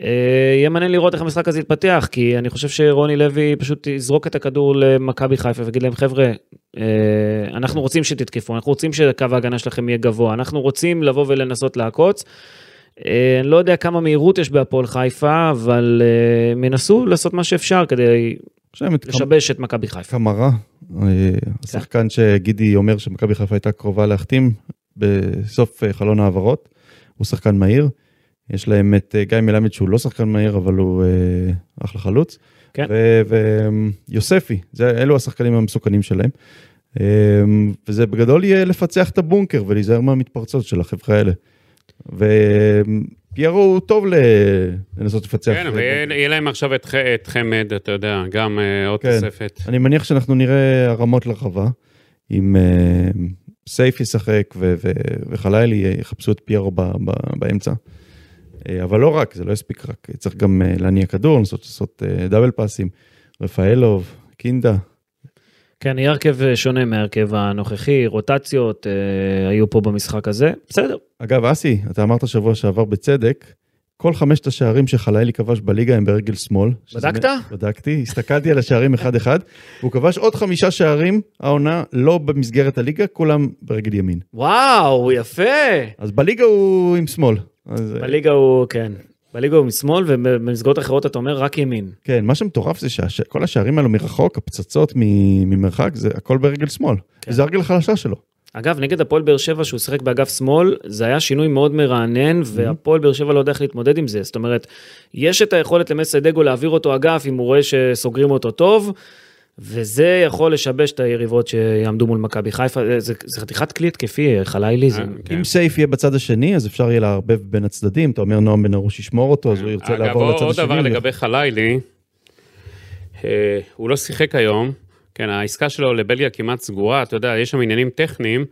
[SPEAKER 2] אה, יהיה מעניין לראות איך המשחק הזה יתפתח, כי אני חושב שרוני לוי פשוט יזרוק את הכדור למכבי חיפה ויגיד להם, חבר'ה, אה, אנחנו רוצים שתתקפו, אנחנו רוצים שקו ההגנה שלכם יהיה גבוה, אנחנו רוצים לבוא ולנסות לעקוץ. אה, אני לא יודע כמה מהירות יש בהפועל חיפה, אבל אה, הם ינסו לעשות מה שאפשר כדי
[SPEAKER 3] יש להם את קמ-
[SPEAKER 2] לשבש כן. את מכבי חיפה.
[SPEAKER 3] קמרה, אה, השחקן שגידי אומר שמכבי חיפה הייתה קרובה להחתים בסוף אה, חלון העברות, הוא שחקן מהיר. יש להם את אה, גיא מלמד שהוא לא שחקן מהיר, אבל הוא אה, אחלה חלוץ.
[SPEAKER 2] כן.
[SPEAKER 3] ויוספי, אלו השחקנים המסוכנים שלהם. אה, וזה בגדול יהיה לפצח את הבונקר ולהיזהר מהמתפרצות של החבר'ה האלה. ופיירו הוא טוב ל- לנסות לפצח.
[SPEAKER 4] כן, אבל יהיה- יהיה להם עכשיו את ח- את חמד, אתה יודע, גם אה, עוד
[SPEAKER 3] כן.
[SPEAKER 4] תוספת.
[SPEAKER 3] אני מניח שאנחנו נראה הרמות לרחבה, אם אה, סייף ישחק ו- ו- וחלילי יחפשו את פיירו ב- ב- באמצע. אה, אבל לא רק, זה לא יספיק רק, צריך גם אה, להניע כדור, לנסות לעשות אה, דאבל פאסים, רפאלוב, קינדה.
[SPEAKER 2] כן, יהיה הרכב אה, שונה מההרכב הנוכחי, רוטציות אה, היו פה במשחק הזה, בסדר.
[SPEAKER 3] אגב, אסי, אתה אמרת שבוע שעבר בצדק, כל חמשת השערים שחלילי כבש בליגה הם ברגל שמאל. שזה-
[SPEAKER 2] בדקת?
[SPEAKER 3] בדקתי, הסתכלתי על השערים אחד-אחד, והוא כבש עוד חמישה שערים, העונה לא במסגרת הליגה, כולם ברגל ימין.
[SPEAKER 2] וואו, יפה.
[SPEAKER 3] אז בליגה הוא עם שמאל. אז, אה,
[SPEAKER 2] בליגה הוא, כן. בליגה הוא משמאל, ובמסגרות אחרות אתה אומר רק ימין.
[SPEAKER 3] כן, מה שמטורף זה שכל השערים האלו מרחוק, הפצצות מ- ממרחק, זה הכל ברגל שמאל.
[SPEAKER 2] כן.
[SPEAKER 3] וזה הרגל החלשה שלו.
[SPEAKER 2] אגב, נגד הפועל באר שבע, שהוא שיחק באגף שמאל, זה היה שינוי מאוד מרענן, והפועל באר שבע לא יודע איך להתמודד עם זה. זאת אומרת, יש את היכולת למסיידגו להעביר אותו אגף, אם הוא רואה שסוגרים אותו טוב, וזה יכול לשבש את היריבות שיעמדו מול מכבי חיפה. זה- זה זה חתיכת כלי התקפי, חלילי. זה-
[SPEAKER 4] אה, כן.
[SPEAKER 3] אם סייף יהיה בצד השני, אז אפשר יהיה לערבב בין הצדדים, אתה אומר נועם בן ארוש ישמור אותו, אז הוא ירצה
[SPEAKER 4] אגב,
[SPEAKER 3] לעבור
[SPEAKER 4] עוד-
[SPEAKER 3] לצד השני.
[SPEAKER 4] עוד דבר
[SPEAKER 3] ו-
[SPEAKER 4] לגבי חלילי, אה, הוא לא שיחק היום, כן, העסקה שלו לבלגיה כמעט סגורה, אתה יודע, יש שם עניינים טכניים,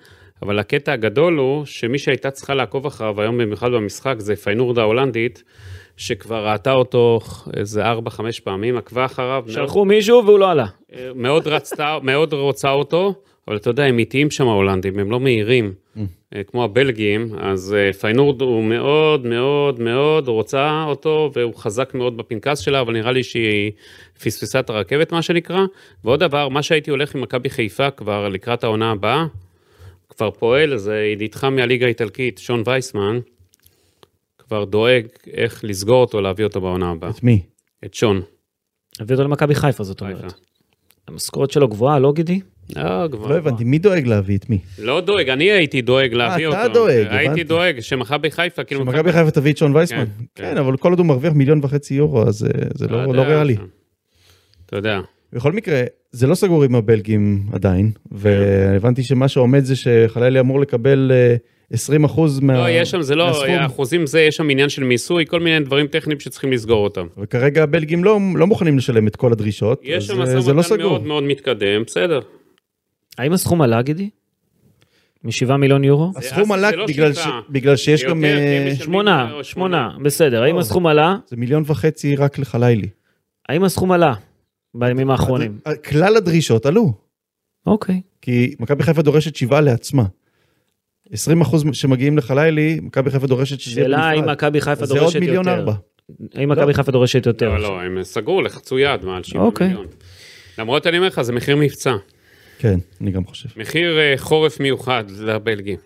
[SPEAKER 4] אבל הקטע הגדול הוא שמי שהייתה צריכה לעקוב אחריו היום במיוחד במשחק זה פיינורד ההולנדית, שכבר ראתה אותו איזה 4-5 פעמים, עקבה אחריו. מאוד-
[SPEAKER 2] שלחו מישהו והוא לא עלה.
[SPEAKER 4] מאוד רצתה, מאוד רוצה אותו, אבל אתה יודע, הם איטיים שם ההולנדים, הם לא מהירים, אה, כמו הבלגים, אז אה, פיינורד הוא מאוד מאוד מאוד רוצה אותו, והוא חזק מאוד בפנקס שלה, אבל נראה לי שהיא פספסה את הרכבת, מה שנקרא. ועוד דבר, מה שהייתי הולך עם מכבי חיפה כבר לקראת העונה הבאה, כבר פועל, זה ידידך מהליגה האיטלקית, שון וייסמן, כבר דואג איך לסגור אותו, להביא אותו בעונה הבאה.
[SPEAKER 3] את מי?
[SPEAKER 4] את שון.
[SPEAKER 2] הביא אותו למכבי חיפה, זאת אומרת.
[SPEAKER 4] חיפה.
[SPEAKER 2] המשכורת שלו גבוהה, לא גידי?
[SPEAKER 4] אה, כבר.
[SPEAKER 3] לא הבנתי, מי דואג להביא את מי?
[SPEAKER 4] לא דואג, אני הייתי דואג להביא אותו.
[SPEAKER 3] אה, אתה דואג, הבנתי.
[SPEAKER 4] הייתי דואג שמכבי חיפה, כאילו...
[SPEAKER 3] שמכבי חיפה תביא את שון וייסמן.
[SPEAKER 4] כן,
[SPEAKER 3] כן,
[SPEAKER 4] כן.
[SPEAKER 3] אבל כל עוד הוא מרוויח מיליון וחצי יורו, אז אה, זה
[SPEAKER 4] אתה
[SPEAKER 3] לא
[SPEAKER 4] יודע,
[SPEAKER 3] לא ריאלי.
[SPEAKER 4] אתה יודע.
[SPEAKER 3] בכל מקרה, זה לא סגור עם הבלגים עדיין,
[SPEAKER 4] כן.
[SPEAKER 3] והבנתי שמה שעומד זה שחלילי אמור לקבל אה, 20% מה...
[SPEAKER 4] לא, יש שם, זה לא,
[SPEAKER 3] מהסכום.
[SPEAKER 4] אחוזים זה, יש שם עניין של מיסוי, כל מיני דברים טכניים שצריכים לסגור אותם.
[SPEAKER 3] וכרגע הבלגים לא, לא מוכנים לשלם את כל הדרישות,
[SPEAKER 4] יש
[SPEAKER 3] אז
[SPEAKER 4] שם
[SPEAKER 3] אה,
[SPEAKER 4] משא
[SPEAKER 3] זה לא
[SPEAKER 4] ומתן
[SPEAKER 3] סגור.
[SPEAKER 4] מאוד מאוד מתקדם, בסדר.
[SPEAKER 2] האם הסכום עלה, גידי? מ-7 מיליון יורו?
[SPEAKER 3] הסכום
[SPEAKER 4] זה
[SPEAKER 3] עלה
[SPEAKER 4] לא
[SPEAKER 3] בגלל, ש...
[SPEAKER 4] שיטה.
[SPEAKER 3] בגלל שיש
[SPEAKER 4] יותר,
[SPEAKER 3] גם...
[SPEAKER 4] כן,
[SPEAKER 3] אה,
[SPEAKER 4] יש-
[SPEAKER 2] שמונה,
[SPEAKER 4] שמונה.
[SPEAKER 2] שמונה, בסדר. האם
[SPEAKER 3] לא.
[SPEAKER 2] הסכום עלה?
[SPEAKER 3] זה מיליון וחצי רק לחלילי.
[SPEAKER 2] האם הסכום עלה בימים האחרונים?
[SPEAKER 3] אז, אה, כלל הדרישות עלו,
[SPEAKER 2] אוקיי.
[SPEAKER 3] כי מכבי חיפה דורשת שבעה לעצמה. 20% שמגיעים לחלילי, מכבי חיפה דורשת שזה יהיה
[SPEAKER 2] שאלה
[SPEAKER 3] בנפרד.
[SPEAKER 2] האם מכבי חיפה
[SPEAKER 3] אז זה עוד
[SPEAKER 2] דורשת
[SPEAKER 3] מיליון
[SPEAKER 2] יותר.
[SPEAKER 3] ארבע.
[SPEAKER 2] האם מכבי חיפה דורשת יותר?
[SPEAKER 4] אבל לא, הם סגרו, לחצו יד מעל 70
[SPEAKER 2] אוקיי.
[SPEAKER 4] מיליון. למרות, אני אומר לך, זה מחיר מבצע.
[SPEAKER 3] כן, אני גם חושב.
[SPEAKER 4] מחיר אה, חורף מיוחד לבלגים.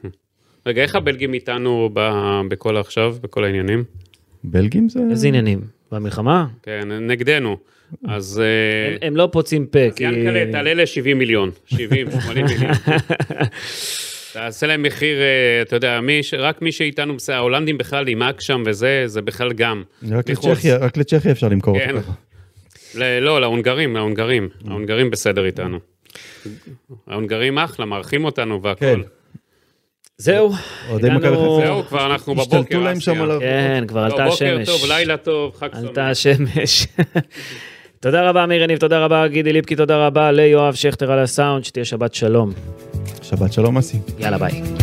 [SPEAKER 4] רגע, איך הבלגים איתנו ב- בכל עכשיו, בכל העניינים?
[SPEAKER 3] בלגים זה...
[SPEAKER 2] איזה עניינים? במלחמה?
[SPEAKER 4] כן, נגדנו. אז... אה,
[SPEAKER 2] הם- הם לא פוצעים פה, כי...
[SPEAKER 4] ינקלה, תעלה ל-70 מיליון, 70, 80 מיליון. תעשה להם מחיר, אה, אתה יודע, מי, ש- רק מי שאיתנו, בסדר, ההולנדים בכלל עם אק שם וזה, זה בכלל גם.
[SPEAKER 3] רק
[SPEAKER 4] מחוץ.
[SPEAKER 3] לצ'כיה, רק לצ'כיה אפשר למכור
[SPEAKER 4] כן.
[SPEAKER 3] אותו ככה.
[SPEAKER 4] ל- לא, להונגרים, להונגרים.
[SPEAKER 3] Mm.
[SPEAKER 4] ההונגרים בסדר איתנו. ההונגרים אחלה, מארחים אותנו
[SPEAKER 3] כן.
[SPEAKER 4] והכול.
[SPEAKER 2] זהו.
[SPEAKER 3] אוהדי מכבי
[SPEAKER 2] הגענו-
[SPEAKER 3] חיפה.
[SPEAKER 4] זהו, כבר אנחנו בבוקר.
[SPEAKER 3] השתלטו להם שם
[SPEAKER 4] אסיה.
[SPEAKER 3] על ה...
[SPEAKER 2] כן, כבר
[SPEAKER 4] לא,
[SPEAKER 2] עלתה
[SPEAKER 4] בוקר
[SPEAKER 2] השמש.
[SPEAKER 4] טוב, לילה טוב, חג שמח.
[SPEAKER 2] עלתה השמש. תודה רבה, אמיר יניב, תודה רבה, גידי ליפקי, תודה רבה ליואב שכטר על הסאונד, שתהיה שבת שלום.
[SPEAKER 3] שבת שלום אסי.
[SPEAKER 2] יאללה, ביי.